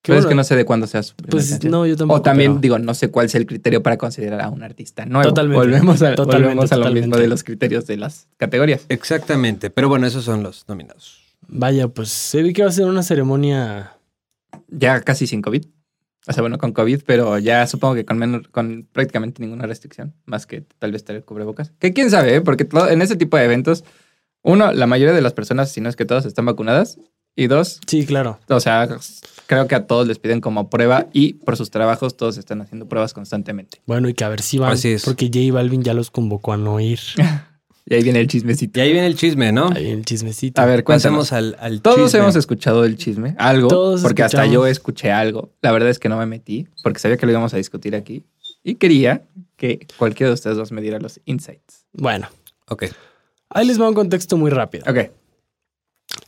C: Qué
B: Pero es
C: bueno.
B: que no sé de cuándo sea su primera
C: Pues
B: canción.
C: no, yo tampoco.
B: o también
C: pero-
B: digo, no sé cuál sea el criterio para considerar a un artista nuevo.
C: Totalmente.
B: Volvemos a,
C: Totalmente,
B: volvemos a lo mismo
C: totalmente.
B: de los criterios de las categorías.
A: Exactamente. Pero bueno, esos son los nominados.
C: Vaya, pues se vi que va a ser una ceremonia
B: Ya casi sin COVID. O sea, bueno, con COVID, pero ya supongo que con menos, con prácticamente ninguna restricción, más que tal vez tener cubrebocas. Que quién sabe, ¿eh? porque todo- en ese tipo de eventos, uno, la mayoría de las personas, si no es que todas, están vacunadas. Y dos,
C: Sí, claro.
B: o sea, creo que a todos les piden como prueba y por sus trabajos todos están haciendo pruebas constantemente.
C: Bueno, y que a ver si van.
A: Así es.
C: Porque J Balvin ya los convocó a no ir.
B: Y ahí viene el chismecito.
A: Y ahí viene el chisme, ¿no?
C: Ahí el chismecito.
B: A ver, cuéntanos.
A: Pasemos al, al
B: Todos
A: chisme.
B: hemos escuchado el chisme, algo,
C: Todos
B: porque hasta yo
C: escuchamos.
B: escuché algo. La verdad es que no me metí, porque sabía que lo íbamos a discutir aquí y quería que cualquiera de ustedes dos me diera los insights.
C: Bueno,
A: Ok.
C: ahí les va un contexto muy rápido.
B: Ok,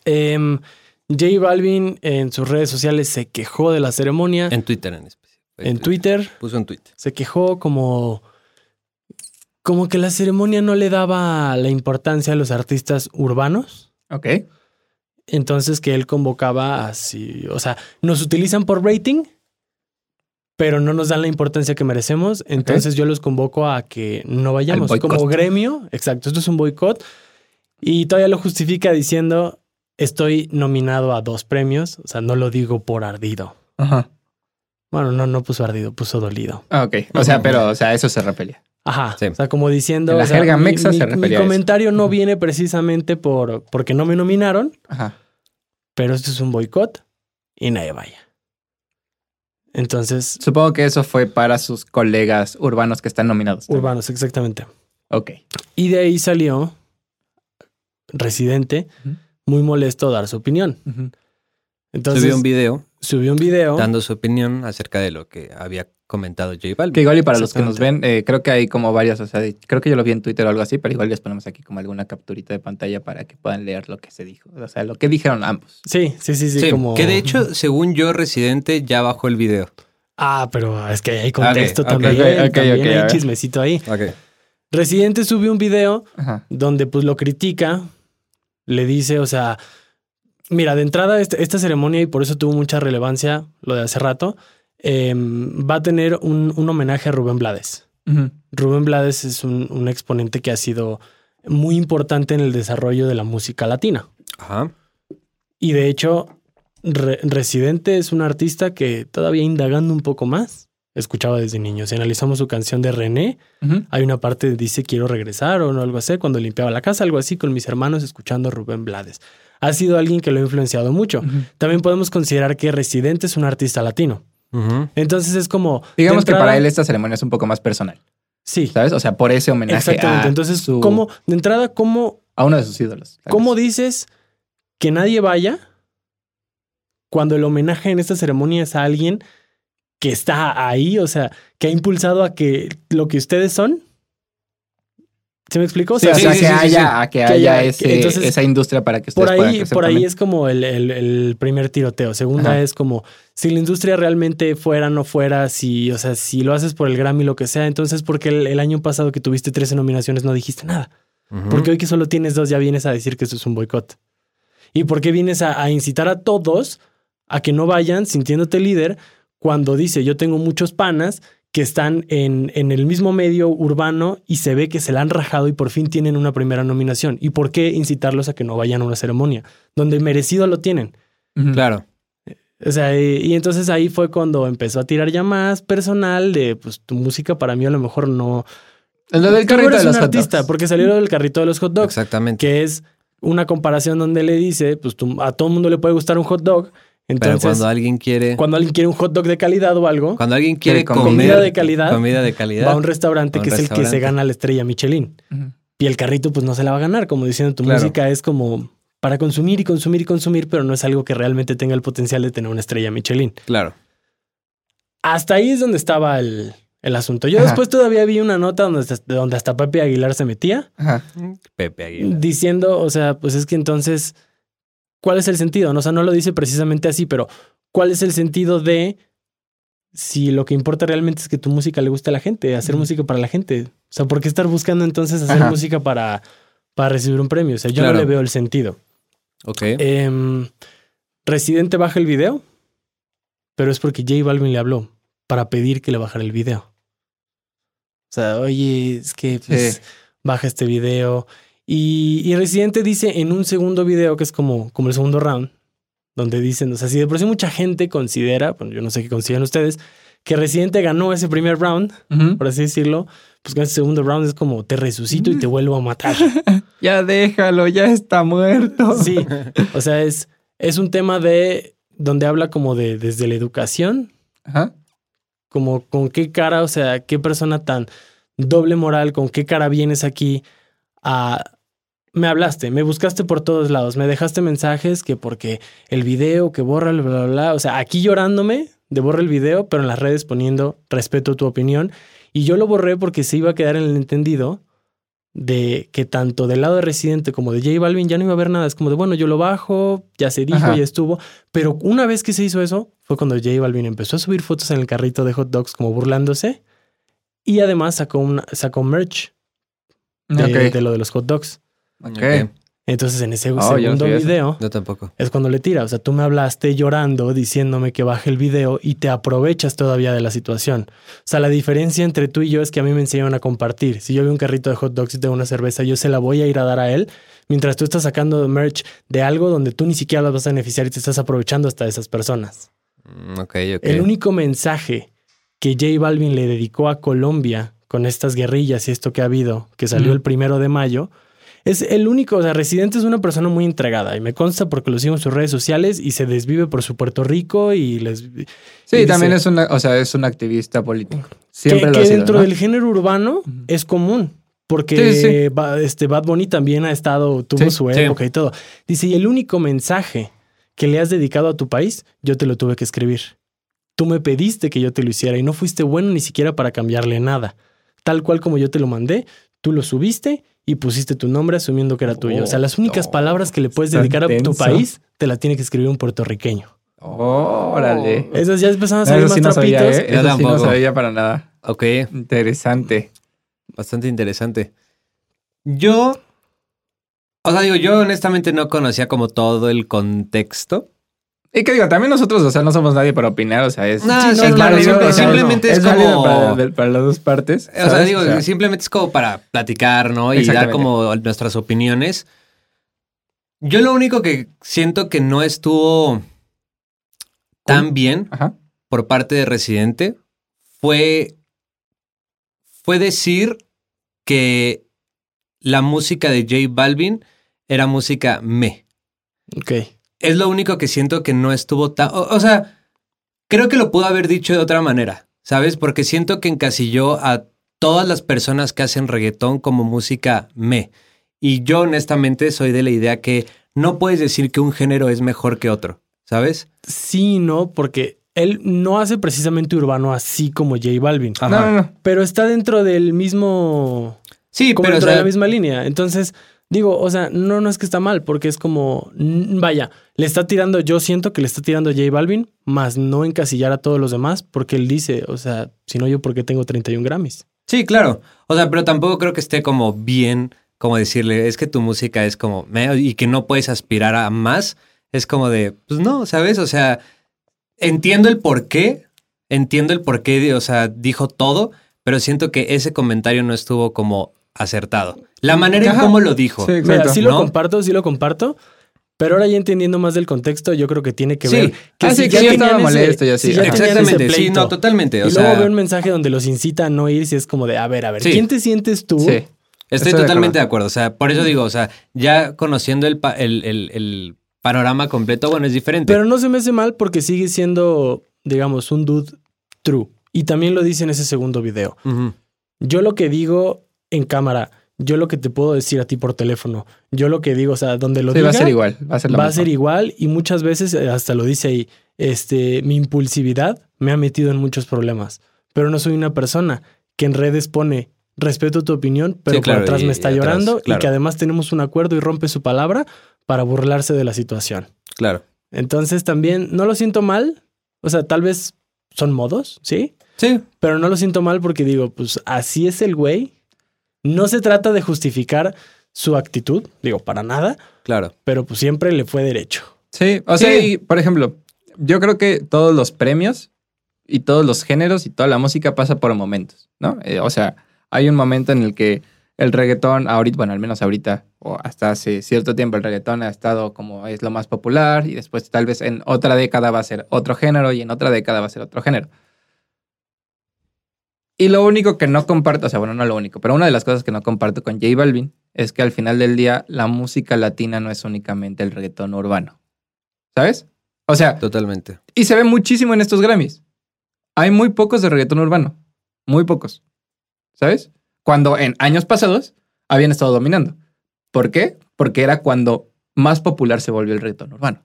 C: Em, J Balvin en sus redes sociales se quejó de la ceremonia. En,
A: En Twitter en especial. Fue
C: Twitter
A: Puso en Twitter.
C: se quejó como. Como que la ceremonia no le daba la importancia a los artistas urbanos.
B: ok.
C: Entonces que él convocaba así. O sea, nos utilizan por rating, pero no nos dan la importancia que merecemos. Entonces yo los convoco a que no vayamos.
B: Al boicot.
C: Como gremio, exacto, esto es un boicot. Y todavía lo justifica diciendo, estoy nominado a dos premios. O sea, no lo digo por ardido.
B: Ajá.
C: Bueno, no, no puso ardido, puso dolido.
B: Ah, Ok, o sea, pero, o sea, eso se repelía.
C: Ajá.
A: Sí.
C: O sea, como diciendo.
B: En la
C: o sea,
B: jerga
C: mi-
B: mexa
C: mi-
B: se refería a eso.
C: Mi comentario no
B: Ujú.
C: viene precisamente por porque no me nominaron,
B: Ajá.
C: pero esto es un boicot y nadie vaya. Entonces,
B: Supongo que eso fue para sus colegas urbanos que están nominados. también.
C: urbanos, exactamente.
B: Ok.
C: Y de ahí salió Residente
B: Ujú.
C: muy molesto a dar su opinión.
B: Ujú.
C: Entonces
A: Subió un video
C: subió un video
A: dando su opinión acerca de lo que había comentado J Balvin.
B: Que igual y para los que nos ven, eh, creo que hay como varias, o sea, de- creo que yo lo vi en Twitter o algo así, pero igual les ponemos aquí como alguna capturita de pantalla para que puedan leer lo que se dijo, o sea, lo que dijeron ambos.
C: Sí, sí, sí, sí,
A: Sí,
C: como...
A: Que de hecho, según yo, Residente ya bajó el video.
C: Ah, pero es que hay contexto
A: Ok, ok,
C: también,
B: ok, ok,
C: también
B: ok, a
C: hay
B: ver.
C: chismecito ahí.
A: Ok.
C: Residente subió un video
B: Ajá.
C: donde pues lo critica, le dice, o sea, mira, de entrada este- esta ceremonia, y por eso tuvo mucha relevancia lo de hace rato, em, va a tener un, un homenaje a Rubén Blades. Rubén Blades es un, un exponente que ha sido muy importante en el desarrollo de la música latina.
A: Ajá.
C: Y de hecho, Re- Residente es un artista que todavía indagando un poco más, escuchaba desde niño. Si analizamos su canción de René,
B: Ujú.
C: hay una parte que dice quiero regresar o no, algo así, cuando limpiaba la casa, algo así, con mis hermanos escuchando a Rubén Blades. Ha sido alguien que lo ha influenciado mucho.
B: Ujú.
C: También podemos considerar que Residente es un artista latino.
A: Ujú.
C: Entonces es como... de
B: Digamos que
C: entrada-
B: para él esta ceremonia es un poco más personal,
C: Sí,
B: ¿sabes? O sea, por ese homenaje
C: exactamente.
B: a,
C: Entonces,
B: su-
C: ¿cómo, de entrada, ¿cómo
B: a uno de sus ídolos. ¿sabes?
C: ¿Cómo dices que nadie vaya cuando el homenaje en esta ceremonia es a alguien que está ahí, o sea, que ha impulsado a que lo que ustedes son? ¿Se me explicó? O
B: Sí,
C: sea,
B: o
A: Sí,
B: sea,
A: sí,
B: que,
A: sí, sí,
B: haya,
A: sí.
B: a que
C: Que
B: haya
C: haya-
B: ese-
C: que- entonces,
B: esa industria para que ustedes
C: por
B: puedan
C: ahí,
B: crecer
C: por ahí
B: también.
C: es como el, el- el primer tiroteo. Segunda
B: Ajá.
C: es como si la industria realmente fuera, no fuera, si, o sea, si lo haces por el Grammy, lo que sea, entonces porque el, el año pasado que tuviste 13 nominaciones no dijiste nada.
A: Ujú.
C: Porque hoy que solo tienes dos ya vienes a decir que esto es un boicot. ¿Y por qué vienes a, a incitar a todos a que no vayan sintiéndote líder cuando dice yo tengo muchos panas que están en, en el mismo medio urbano y se ve que se la han rajado y por fin tienen una primera nominación? ¿Y por qué incitarlos a que no vayan a una ceremonia donde merecido lo tienen?
B: Ujú.
A: Claro.
C: O sea, y, y entonces ahí fue cuando empezó a tirar ya más personal de pues tu música para mí a lo mejor no...
B: Lo del
C: Tú
B: carrito
C: eres
B: de
C: un
B: los hot dogs.
C: artista porque salió lo del carrito de los hot dogs
A: Exactamente.
C: que es una comparación donde le dice, pues tú- a todo mundo le puede gustar un hot dog.
A: Pero
C: Entonces,
A: cuando
C: cuando,
A: alguien quiere. Cuando,
C: alguien quiere un hot dog de calidad o algo,
A: alguien quiere
B: Quiere comer.
A: comer.
C: Comida de calidad.
A: Comida de calidad.
C: va a un restaurante
A: a un
C: que es el que
A: restaurante.
C: se gana la estrella Michelin.
B: Ujú.
C: Y el carrito pues no se la va a ganar, como diciendo tu
A: Claro.
C: música es como para consumir y consumir y consumir, pero no es algo que realmente tenga el potencial de tener una estrella Michelin.
A: Claro.
C: Hasta ahí es donde estaba el, el asunto. Yo
B: Ajá.
C: después todavía vi una nota donde, hasta- donde hasta Pepe Aguilar se metía.
B: Ajá.
A: Pepe Aguilar.
C: diciendo, o sea, pues es que entonces, ¿cuál es el sentido? No, O sea, no lo dice precisamente así, pero ¿cuál es el sentido de si lo que importa realmente es que tu música le guste a la gente, hacer
B: Ujú.
C: música para la gente? O sea, ¿por qué estar buscando entonces hacer
B: Ajá.
C: música para, para recibir un premio? O sea, yo
A: Claro.
C: no le veo el sentido.
A: Ok.
C: Em, Residente baja el video, pero es porque J Balvin le habló para pedir que le bajara el video. O sea, oye, es que pues,
B: Sí.
C: baja este video. Y, y Residente dice en un segundo video, que es como, como el segundo round, donde dicen, o sea, si de por sí mucha gente considera, bueno, yo no sé qué consideran ustedes, que Residente ganó ese primer round,
B: Ujú.
C: por así decirlo, pues con ese segundo round es como, te resucito y te vuelvo a matar.
B: Ya déjalo, ya está muerto.
C: Sí, o sea, es, es un tema de donde habla como de desde la educación,
B: Ajá.
C: como con qué cara, o sea, qué persona tan doble moral, con qué cara vienes aquí a... Me hablaste, me buscaste por todos lados, me dejaste mensajes que porque el video, que borra, bla, bla, bla, o sea, aquí llorándome de borra el video, pero en las redes poniendo respeto tu opinión. Y yo lo borré porque se iba a quedar en el entendido de que tanto del lado de Residente como de J Balvin ya no iba a haber nada. Es como de, bueno, yo lo bajo, ya se dijo,
B: Ajá.
C: ya estuvo. Pero una vez que se hizo eso, fue cuando J Balvin empezó a subir fotos en el carrito de hot dogs como burlándose. Y además sacó, una, sacó merch de,
B: Ok.
C: de lo de los hot dogs.
A: Ok.
C: Entonces en ese
B: Oh, yo no
C: segundo
B: sabía eso.
C: video
A: Yo tampoco.
C: es cuando le tira. O sea, tú me hablaste llorando, diciéndome que baje el video y te aprovechas todavía de la situación. O sea, la diferencia entre tú y yo es que a mí me enseñaron a compartir. Si yo veo un carrito de hot dogs y tengo una cerveza, yo se la voy a ir a dar a él, mientras tú estás sacando merch de algo donde tú ni siquiera las vas a beneficiar y te estás aprovechando hasta de esas personas.
A: Mm, Ok, ok.
C: El único mensaje que J Balvin le dedicó a Colombia con estas guerrillas y esto que ha habido, que salió
B: Ujú.
C: el primero de mayo, es el único, o sea, Residente es una persona muy entregada y me consta porque lo sigo en sus redes sociales y se desvive por su Puerto Rico y les...
B: Sí,
C: Y
B: también
C: dice-
B: es una, o sea, es un activista político.
C: Que,
B: Siempre lo
C: que
B: ha sido,
C: dentro
B: ¿no?
C: del género urbano
B: Ujú.
C: es común, porque
B: Sí, sí.
C: Ba- este, Bad Bunny también ha estado, tuvo
B: Sí,
C: su
A: sí.
C: época y todo. Dice, y el único mensaje que le has dedicado a tu país, yo te lo tuve que escribir. Tú me pediste que yo te lo hiciera y no fuiste bueno ni siquiera para cambiarle nada. Tal cual como yo te lo mandé, tú lo subiste y pusiste tu nombre asumiendo que era tuyo. O sea, las únicas
B: Oh,
C: palabras que le puedes
B: está
C: dedicar a tu
B: intenso.
C: país te la tiene que escribir un puertorriqueño.
B: Órale.
C: Esas ya empezaron a salir
B: Eso
C: Oh, más
B: sí no
C: trapitos.
B: sabía, ¿eh?
A: Yo
B: Eso sí no
A: tampoco.
B: sabía para nada.
A: Ok,
B: Interesante.
A: bastante interesante. Yo, o sea, digo, yo honestamente no conocía como todo el contexto.
B: Y que digo, también nosotros, o sea, no somos nadie para opinar, o sea, es,
A: No, sí,
B: es
A: claro,
B: válido,
A: simple-
B: o sea,
A: simplemente es
B: válido
A: como-
B: para, para las dos partes.
A: O sea,
B: ¿sabes?
A: digo,
B: O sea,
A: simplemente es como para platicar, ¿no? Y dar
B: Exactamente.
A: como nuestras opiniones. Yo lo único que siento que no estuvo tan bien
B: Ajá.
A: por parte de Residente fue, fue decir que la música de J Balvin era música me.
C: Ok.
A: Es lo único que siento que no estuvo tan... O, o sea, creo que lo pudo haber dicho de otra manera, ¿sabes? Porque siento que encasilló a todas las personas que hacen reggaetón como música me. Y yo honestamente soy de la idea que no puedes decir que un género es mejor que otro, ¿sabes?
C: Sí, y no, porque él no hace precisamente urbano así como J Balvin,
A: Ajá.
B: No, no, no.
C: pero está dentro del mismo
A: Sí,
C: como
A: pero... o
C: dentro
A: sea,
C: de la misma línea. Entonces, digo, o sea, no, no es que está mal, porque es como, mm, vaya, le está tirando, yo siento que le está tirando a J Balvin, más no encasillar a todos los demás, porque él dice, o sea, si no yo, porque tengo 31 Grammys?
A: Sí, claro. O sea, pero tampoco creo que esté como bien, como decirle, es que tu música es como, me- y que no puedes aspirar a más. Es como de, pues no, ¿sabes? O sea, entiendo el por qué, entiendo el por qué, o sea, dijo todo, pero siento que ese comentario no estuvo como acertado. La manera en
B: Ajá.
A: cómo lo dijo.
B: Sí,
C: Mira,
B: exacto.
C: sí lo
A: ¿no?
C: comparto, sí lo comparto, pero ahora ya entendiendo más del contexto, yo creo que tiene que
A: Sí.
C: ver...
B: Ah, sí, que
C: ya
B: yo estaba
C: tenían ese-
B: molesto y así,
C: si ya
B: ajá.
C: tenían ese
A: Exactamente, sí,
C: pleito.
A: no, totalmente. O
C: y
A: sea,
C: luego veo un mensaje donde los incita a no ir si es como de, a ver, a ver,
A: Sí.
C: ¿quién te sientes tú?
B: Sí.
A: Estoy
B: Estoy de
A: totalmente de acuerdo. O sea, por eso digo, o sea, ya conociendo el, pa- el- el- el panorama completo, bueno, es diferente.
C: Pero no se me hace mal porque sigue siendo, digamos, un dude true. Y también lo dice en ese segundo video.
A: Ujú.
C: Yo lo que digo en cámara, yo lo que te puedo decir a ti por teléfono, yo lo que digo, o sea, donde lo
B: Sí, va
C: diga,
B: a ser igual. Va a ser lo
C: va a
B: mismo.
C: ser igual y muchas veces eh, hasta lo dice ahí, este, mi impulsividad me ha metido en muchos problemas, pero no soy una persona que en redes pone respeto tu opinión, pero
A: Sí, claro,
C: por atrás
A: y-
C: me está
A: y atrás,
C: llorando
A: claro.
C: y que además tenemos un acuerdo y rompe su palabra para burlarse de la situación.
A: Claro.
C: Entonces también no lo siento mal. O sea, tal vez son modos, ¿sí?
A: Sí,
C: Pero no lo siento mal porque digo, pues así es el güey. No se trata de justificar su actitud, digo, para nada,
A: claro.
C: pero pues siempre le fue derecho.
B: Sí, o sea,
A: Sí.
B: y, por ejemplo, yo creo que todos los premios y todos los géneros y toda la música pasa por momentos, ¿no? Eh, o sea, hay un momento en el que el reggaetón, ahorita, bueno, al menos ahorita, o hasta hace cierto tiempo, el reggaetón ha estado como es lo más popular y después tal vez en otra década va a ser otro género y en otra década va a ser otro género. Y lo único que no comparto, o sea, bueno, no lo único, pero una de las cosas que no comparto con J Balvin es que al final del día la música latina no es únicamente el reggaetón urbano. ¿Sabes? O sea,
A: Totalmente.
B: y se ve muchísimo en estos Grammys. Hay muy pocos de reggaetón urbano. Muy pocos. ¿Sabes? Cuando en años pasados habían estado dominando. ¿Por qué? Porque era cuando más popular se volvió el reggaetón urbano.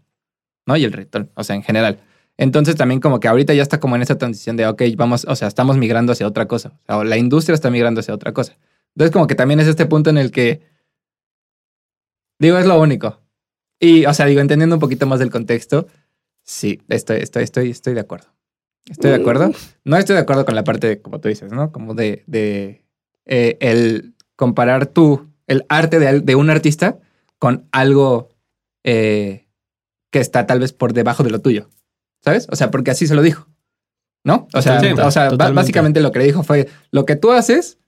B: ¿No? Y el reggaetón, o sea, en general. Entonces también como que ahorita ya está como en esa transición de, ok, vamos, o sea, estamos migrando hacia otra cosa. O sea, la industria está migrando hacia otra cosa. Entonces como que también es este punto en el que, digo, es lo único. Y, o sea, digo, entendiendo un poquito más del contexto, Sí, estoy, estoy, estoy, estoy de acuerdo. Estoy de acuerdo. No estoy de acuerdo con la parte, de, como tú dices, ¿no? Como de, de eh, el comparar tú, el arte de, al- de un artista con algo eh, que está tal vez por debajo de lo tuyo, ¿sabes? O sea, porque así se lo dijo, ¿no? O sea,
A: Totalmente,
B: o sea ba-
C: totalmente.
B: básicamente lo que le dijo fue, lo que tú haces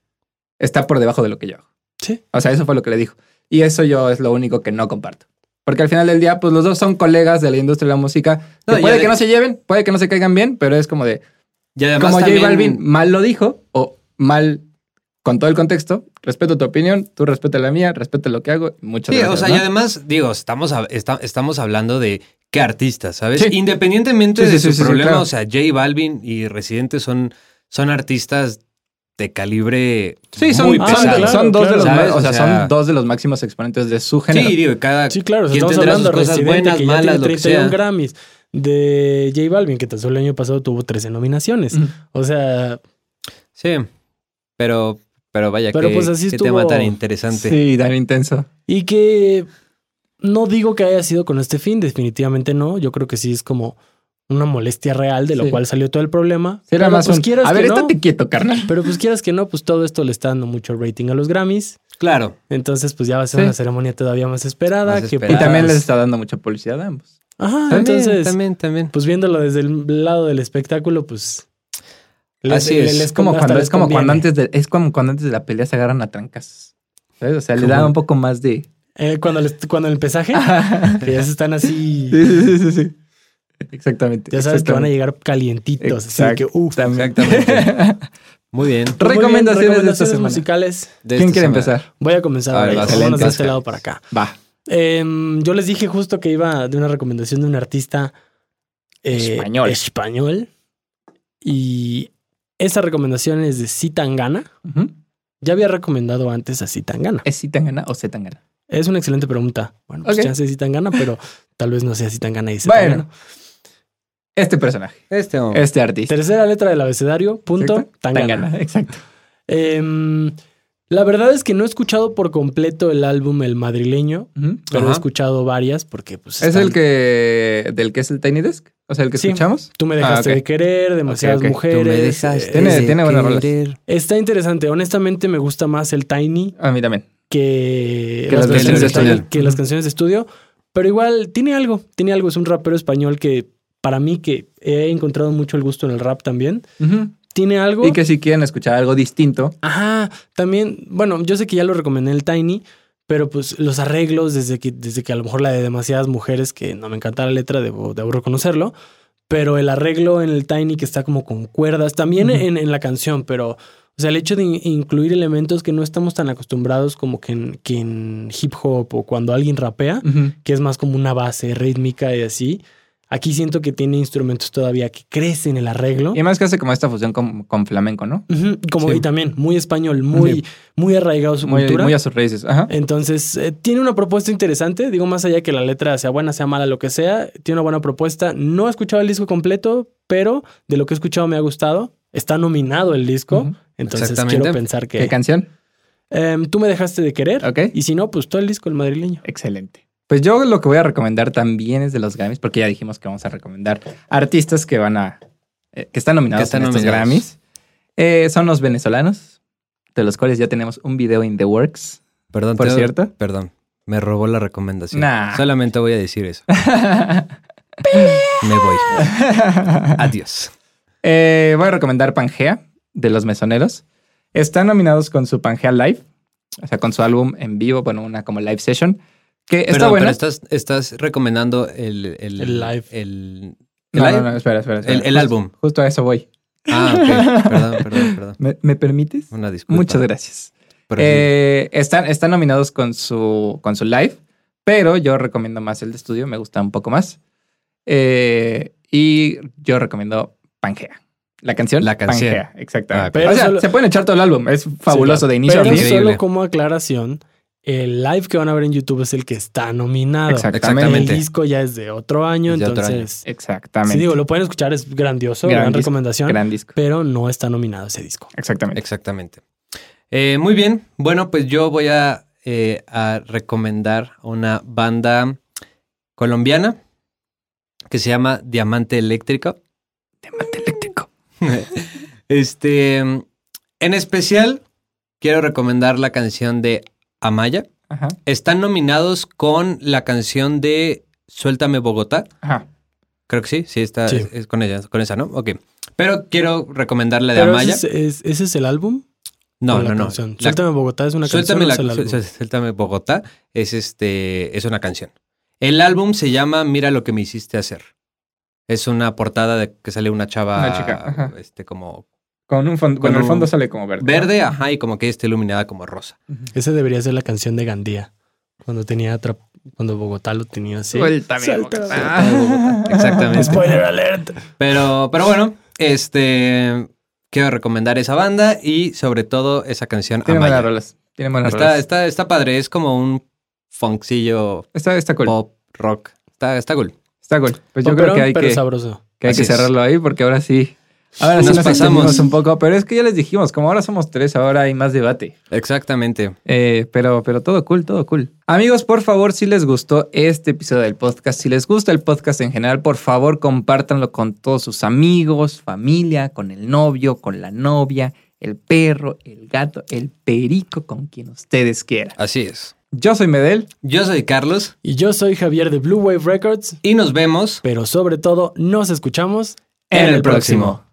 B: está por debajo de lo que yo hago.
C: Sí.
B: O sea, eso fue lo que le dijo. Y eso yo es lo único que no comparto. Porque al final del día, pues los dos son colegas de la industria de la música.
A: No, y
B: Que puede
A: ade-
B: que no se lleven, puede que no se caigan bien, pero es como de,
A: Y además
B: como
A: también-
B: J Balvin mal lo dijo o mal con todo el contexto, respeto tu opinión, tú respeta la mía, respeto lo que hago, y muchas
A: Sí,
B: gracias.
A: o sea,
B: ¿no?
A: y además, digo, estamos, hab- esta- estamos hablando de qué artistas, ¿sabes?
B: Sí.
A: Independientemente
B: Sí, sí,
A: de
B: sí,
A: su
B: sí, sí,
A: problema,
B: claro.
A: o sea, J Balvin y Residente son, son artistas de calibre
B: Sí, son,
A: muy
B: son-
A: pesado.
C: claro,
B: son dos de los
A: ¿sabes?
B: más- o sea,
A: O sea-
B: son dos de los máximos exponentes de su género.
A: Sí, digo, cada
C: Sí, claro, o sea,
A: quien
C: estamos
A: Ah, tendrá sus
C: hablando de
A: cosas
C: Residente
A: buenas,
C: que
A: malas,
C: ya
A: lo
C: tiene
A: que sea.
C: 31 Grammys, de J Balvin, que tan solo el año pasado tuvo 13 nominaciones.
B: Mm.
C: O sea,
A: Sí, pero, pero vaya
C: Pero
A: que,
C: pues así
A: qué
C: estuvo.
A: tema tan interesante.
B: Sí, tan intenso.
C: y que no digo que haya sido con este fin, definitivamente no. Yo creo que sí es como una molestia real, de lo
B: Sí.
C: cual salió todo el problema.
B: Será
C: Pero
B: más
C: pues
B: un-
C: quieras
B: A ver,
C: que no-
B: estate quieto, carnal.
C: Pero pues quieras que no, pues todo esto le está dando mucho rating a los Grammys.
A: Claro.
C: Entonces, pues ya va a ser
B: Sí.
C: una ceremonia todavía más esperada.
A: Más
C: que
A: esperada.
B: Y también
C: pues-
B: les está dando mucha publicidad a ambos.
C: Ajá,
A: También,
C: entonces,
A: también, también.
C: pues viéndolo desde el lado del espectáculo, pues.
A: Así es.
B: Es como
C: hasta
B: cuando
C: les
B: es como cuando
C: conviene.
B: antes de es como cuando antes de la pelea se agarran a trancas. ¿Sabes? O sea, le da
A: Como-
B: un poco más de
C: Eh, cuando, les- cuando el pesaje, que ya se están así.
B: Sí, sí, sí, sí, sí. Exactamente.
C: Ya sabes que van a
B: exactamente.
C: llegar calientitos. Así de que, uff.
A: Exactamente. Muy bien.
C: Pues muy bien,
B: Recomendaciones de esta semana.
C: musicales.
A: De
B: ¿Quién
A: esta
B: quiere
A: semana.
B: empezar?
C: Voy a comenzar
A: A ver,
C: ahora.
A: vas,
C: Vámonos de
A: vas,
C: este lado
A: Carlos.
C: para acá.
B: Va.
C: Em, yo les dije justo que iba de una recomendación de un artista eh,
B: Español.
C: español. Y esa recomendación es de Citangana.
B: Ujú.
C: Ya había recomendado antes a Citangana.
B: ¿Es si gana o se gana?
C: Es una excelente pregunta. Bueno, pues
B: Ok.
C: chance de Citangana, pero tal vez no sea Citangana y Citangana.
B: Bueno. Este personaje,
A: Este hombre.
B: este artista.
C: Tercera letra del abecedario, punto,
B: Exacto.
C: Tangana.
B: Tangana, Exacto.
C: Em, la verdad es que no he escuchado por completo el álbum El Madrileño,
B: Ujú.
C: pero he
A: Ajá.
C: escuchado varias porque pues
B: ¿Es
C: están-
B: el que del que es el Tiny Desk? O sea, el que
C: Sí.
B: escuchamos.
C: Tú me dejaste
B: Ah, ok.
C: de querer, demasiadas
B: Ok, ok. Tú me
C: mujeres. eh,
B: Tiene- de tiene buenas rolas.
A: querer.
C: Está interesante. Honestamente, me gusta más el Tiny
B: A mí también.
C: que,
B: Que las
A: canciones de
C: Tiny-
A: estudio.
C: que las canciones de estudio. Pero igual tiene algo, tiene algo. Es un rapero español que para mí que he encontrado mucho el gusto en el rap también.
B: Ujú.
C: Tiene algo.
B: Y que si quieren escuchar algo distinto,
C: Ajá, también, bueno, yo sé que ya lo recomendé en el Tiny, pero pues los arreglos, desde que, desde que a lo mejor la de demasiadas mujeres, que no me encanta la letra, debo, debo reconocerlo, pero el arreglo en el Tiny que está como con cuerdas, también
B: Ujú.
C: en, en la canción, pero, o sea, el hecho de in- incluir elementos que no estamos tan acostumbrados como que en, que en hip hop o cuando alguien rapea,
B: ujú.
C: que es más como una base rítmica y así. Aquí siento que tiene instrumentos todavía que crecen el arreglo.
B: y más que hace como esta fusión con, con flamenco, ¿no?
C: Ujú, Como
B: Sí.
C: y también muy español, muy, muy arraigado su
B: Muy,
C: cultura.
B: muy a sus raíces. Ajá.
C: Entonces, eh, tiene una propuesta interesante. Digo, más allá de que la letra sea buena, sea mala, lo que sea, tiene una buena propuesta. No he escuchado el disco completo, pero de lo que he escuchado me ha gustado. Está nominado el disco.
B: Ujú.
C: Entonces,
A: Exactamente.
C: quiero pensar que.
B: ¿Qué canción?
C: Em, Tú me dejaste de querer.
B: Ok.
C: Y si no, pues todo el disco, el madrileño.
B: Excelente. Pues yo lo que voy a recomendar también es de los Grammys, porque ya dijimos que vamos a recomendar artistas que van a. eh, que están nominados
A: Que están
B: en estos
A: nominados.
B: Grammys. Eh, son los venezolanos, de los cuales ya tenemos un video in the works.
A: Perdón,
B: Por
A: te-
B: cierto.
A: Perdón. Me robó la recomendación.
B: Nah.
A: Solamente voy a decir eso. Me voy. Adiós.
B: Eh, voy a recomendar Pangea, de los Mesoneros. Están nominados con su Pangea Live, o sea, con su álbum en vivo, bueno, una como live session, que está
A: Perdón,
B: buena.
A: pero estás, estás recomendando el, el,
C: El live.
A: El, el
B: No,
A: live.
B: no, no, espera, espera. espera.
A: El- el
B: Justo-
A: álbum.
B: Justo a eso voy.
A: Ah, ok. Perdón, perdón, perdón.
B: ¿Me, me permites?
A: Una disculpa.
B: Muchas gracias.
A: Pero
B: Eh, están, están nominados con su, con su live, pero yo recomiendo más el de estudio, me gusta un poco más. Eh, y yo recomiendo Pangea. La canción.
A: La canción.
B: Pangea, exactamente.
A: Ah,
C: pero
B: o sea,
C: solo-
B: se pueden echar todo el álbum, es fabuloso de inicio a
C: Pero
B: fin.
A: Increíble.
C: solo como aclaración, el live que van a ver en YouTube es el que está nominado.
B: Exacto.
C: El
B: Exactamente.
C: disco ya es de otro año,
A: Es de otro
C: entonces.
A: año.
B: Exactamente.
C: Sí, digo, lo pueden escuchar, es grandioso,
B: Gran
C: gran,
B: disco,
C: recomendación,
B: Gran disco.
C: pero no está nominado ese disco.
B: Exactamente.
A: Exactamente. Eh, muy bien. Bueno, pues yo voy a, eh, a recomendar una banda colombiana que se llama Diamante Eléctrico.
B: Diamante eléctrico.
A: Este, en especial, quiero recomendar la canción de Amaya.
B: Ajá.
A: Están nominados con la canción de Suéltame Bogotá.
B: Ajá.
A: Creo que sí, sí, está
C: Sí.
A: Es, es con ella, con esa, ¿no? Ok. Pero quiero recomendar la de
C: Pero
A: Amaya.
C: ese, es, es- ese es el álbum.
A: no,
C: o la
A: no, no.
C: canción?
A: La-
C: Suéltame Bogotá es una
A: Suéltame,
C: canción.
A: la-
C: o es el álbum?
A: suel- Suéltame Bogotá es este es una canción. El álbum se llama Mira lo que me hiciste hacer. Es una portada de que sale una chava
B: Una chica, ajá.
A: este como
B: Con un fondo, con
A: Con
B: el
A: un-
B: fondo sale como verde.
A: verde, ajá, y como que está iluminada como rosa.
B: Ujú.
C: Esa debería ser la canción de Gandía. Cuando tenía tra- cuando Bogotá lo tenía así.
B: Suéltame,
C: Suéltame,
B: Bogotá. Ah.
A: Exactamente.
C: Spoiler alert.
A: Pero pero bueno, este quiero recomendar esa banda y sobre todo esa canción
B: Tiene buenas
A: Amaya.
B: rolas. Ah, Tiene buenas
A: Está,
B: rolas.
A: está, está padre, es como un funkcillo
B: Está, está cool.
A: pop rock. Está, está cool.
B: Está cool. Pues yo creo
C: Poperón,
B: que hay
C: pero
B: que,
C: sabroso.
B: que hay
A: Así
B: que
A: es.
B: cerrarlo ahí porque ahora sí. Ahora sí
A: Nos
B: nos
A: pasamos.
B: pasamos un poco, pero es que ya les dijimos, como ahora somos tres, ahora hay más debate.
A: Exactamente.
B: Eh, pero, pero todo cool, todo cool. Amigos, por favor, si les gustó este episodio del podcast, si les gusta el podcast en general, por favor, compártanlo con todos sus amigos, familia, con el novio, con la novia, el perro, el gato, el perico, con quien ustedes quieran.
A: Así es.
B: Yo soy Medel.
A: Yo soy Carlos
C: Y yo soy Javier de Blue Wave Records,
A: y nos vemos
C: pero sobre todo nos escuchamos
A: en el próximo.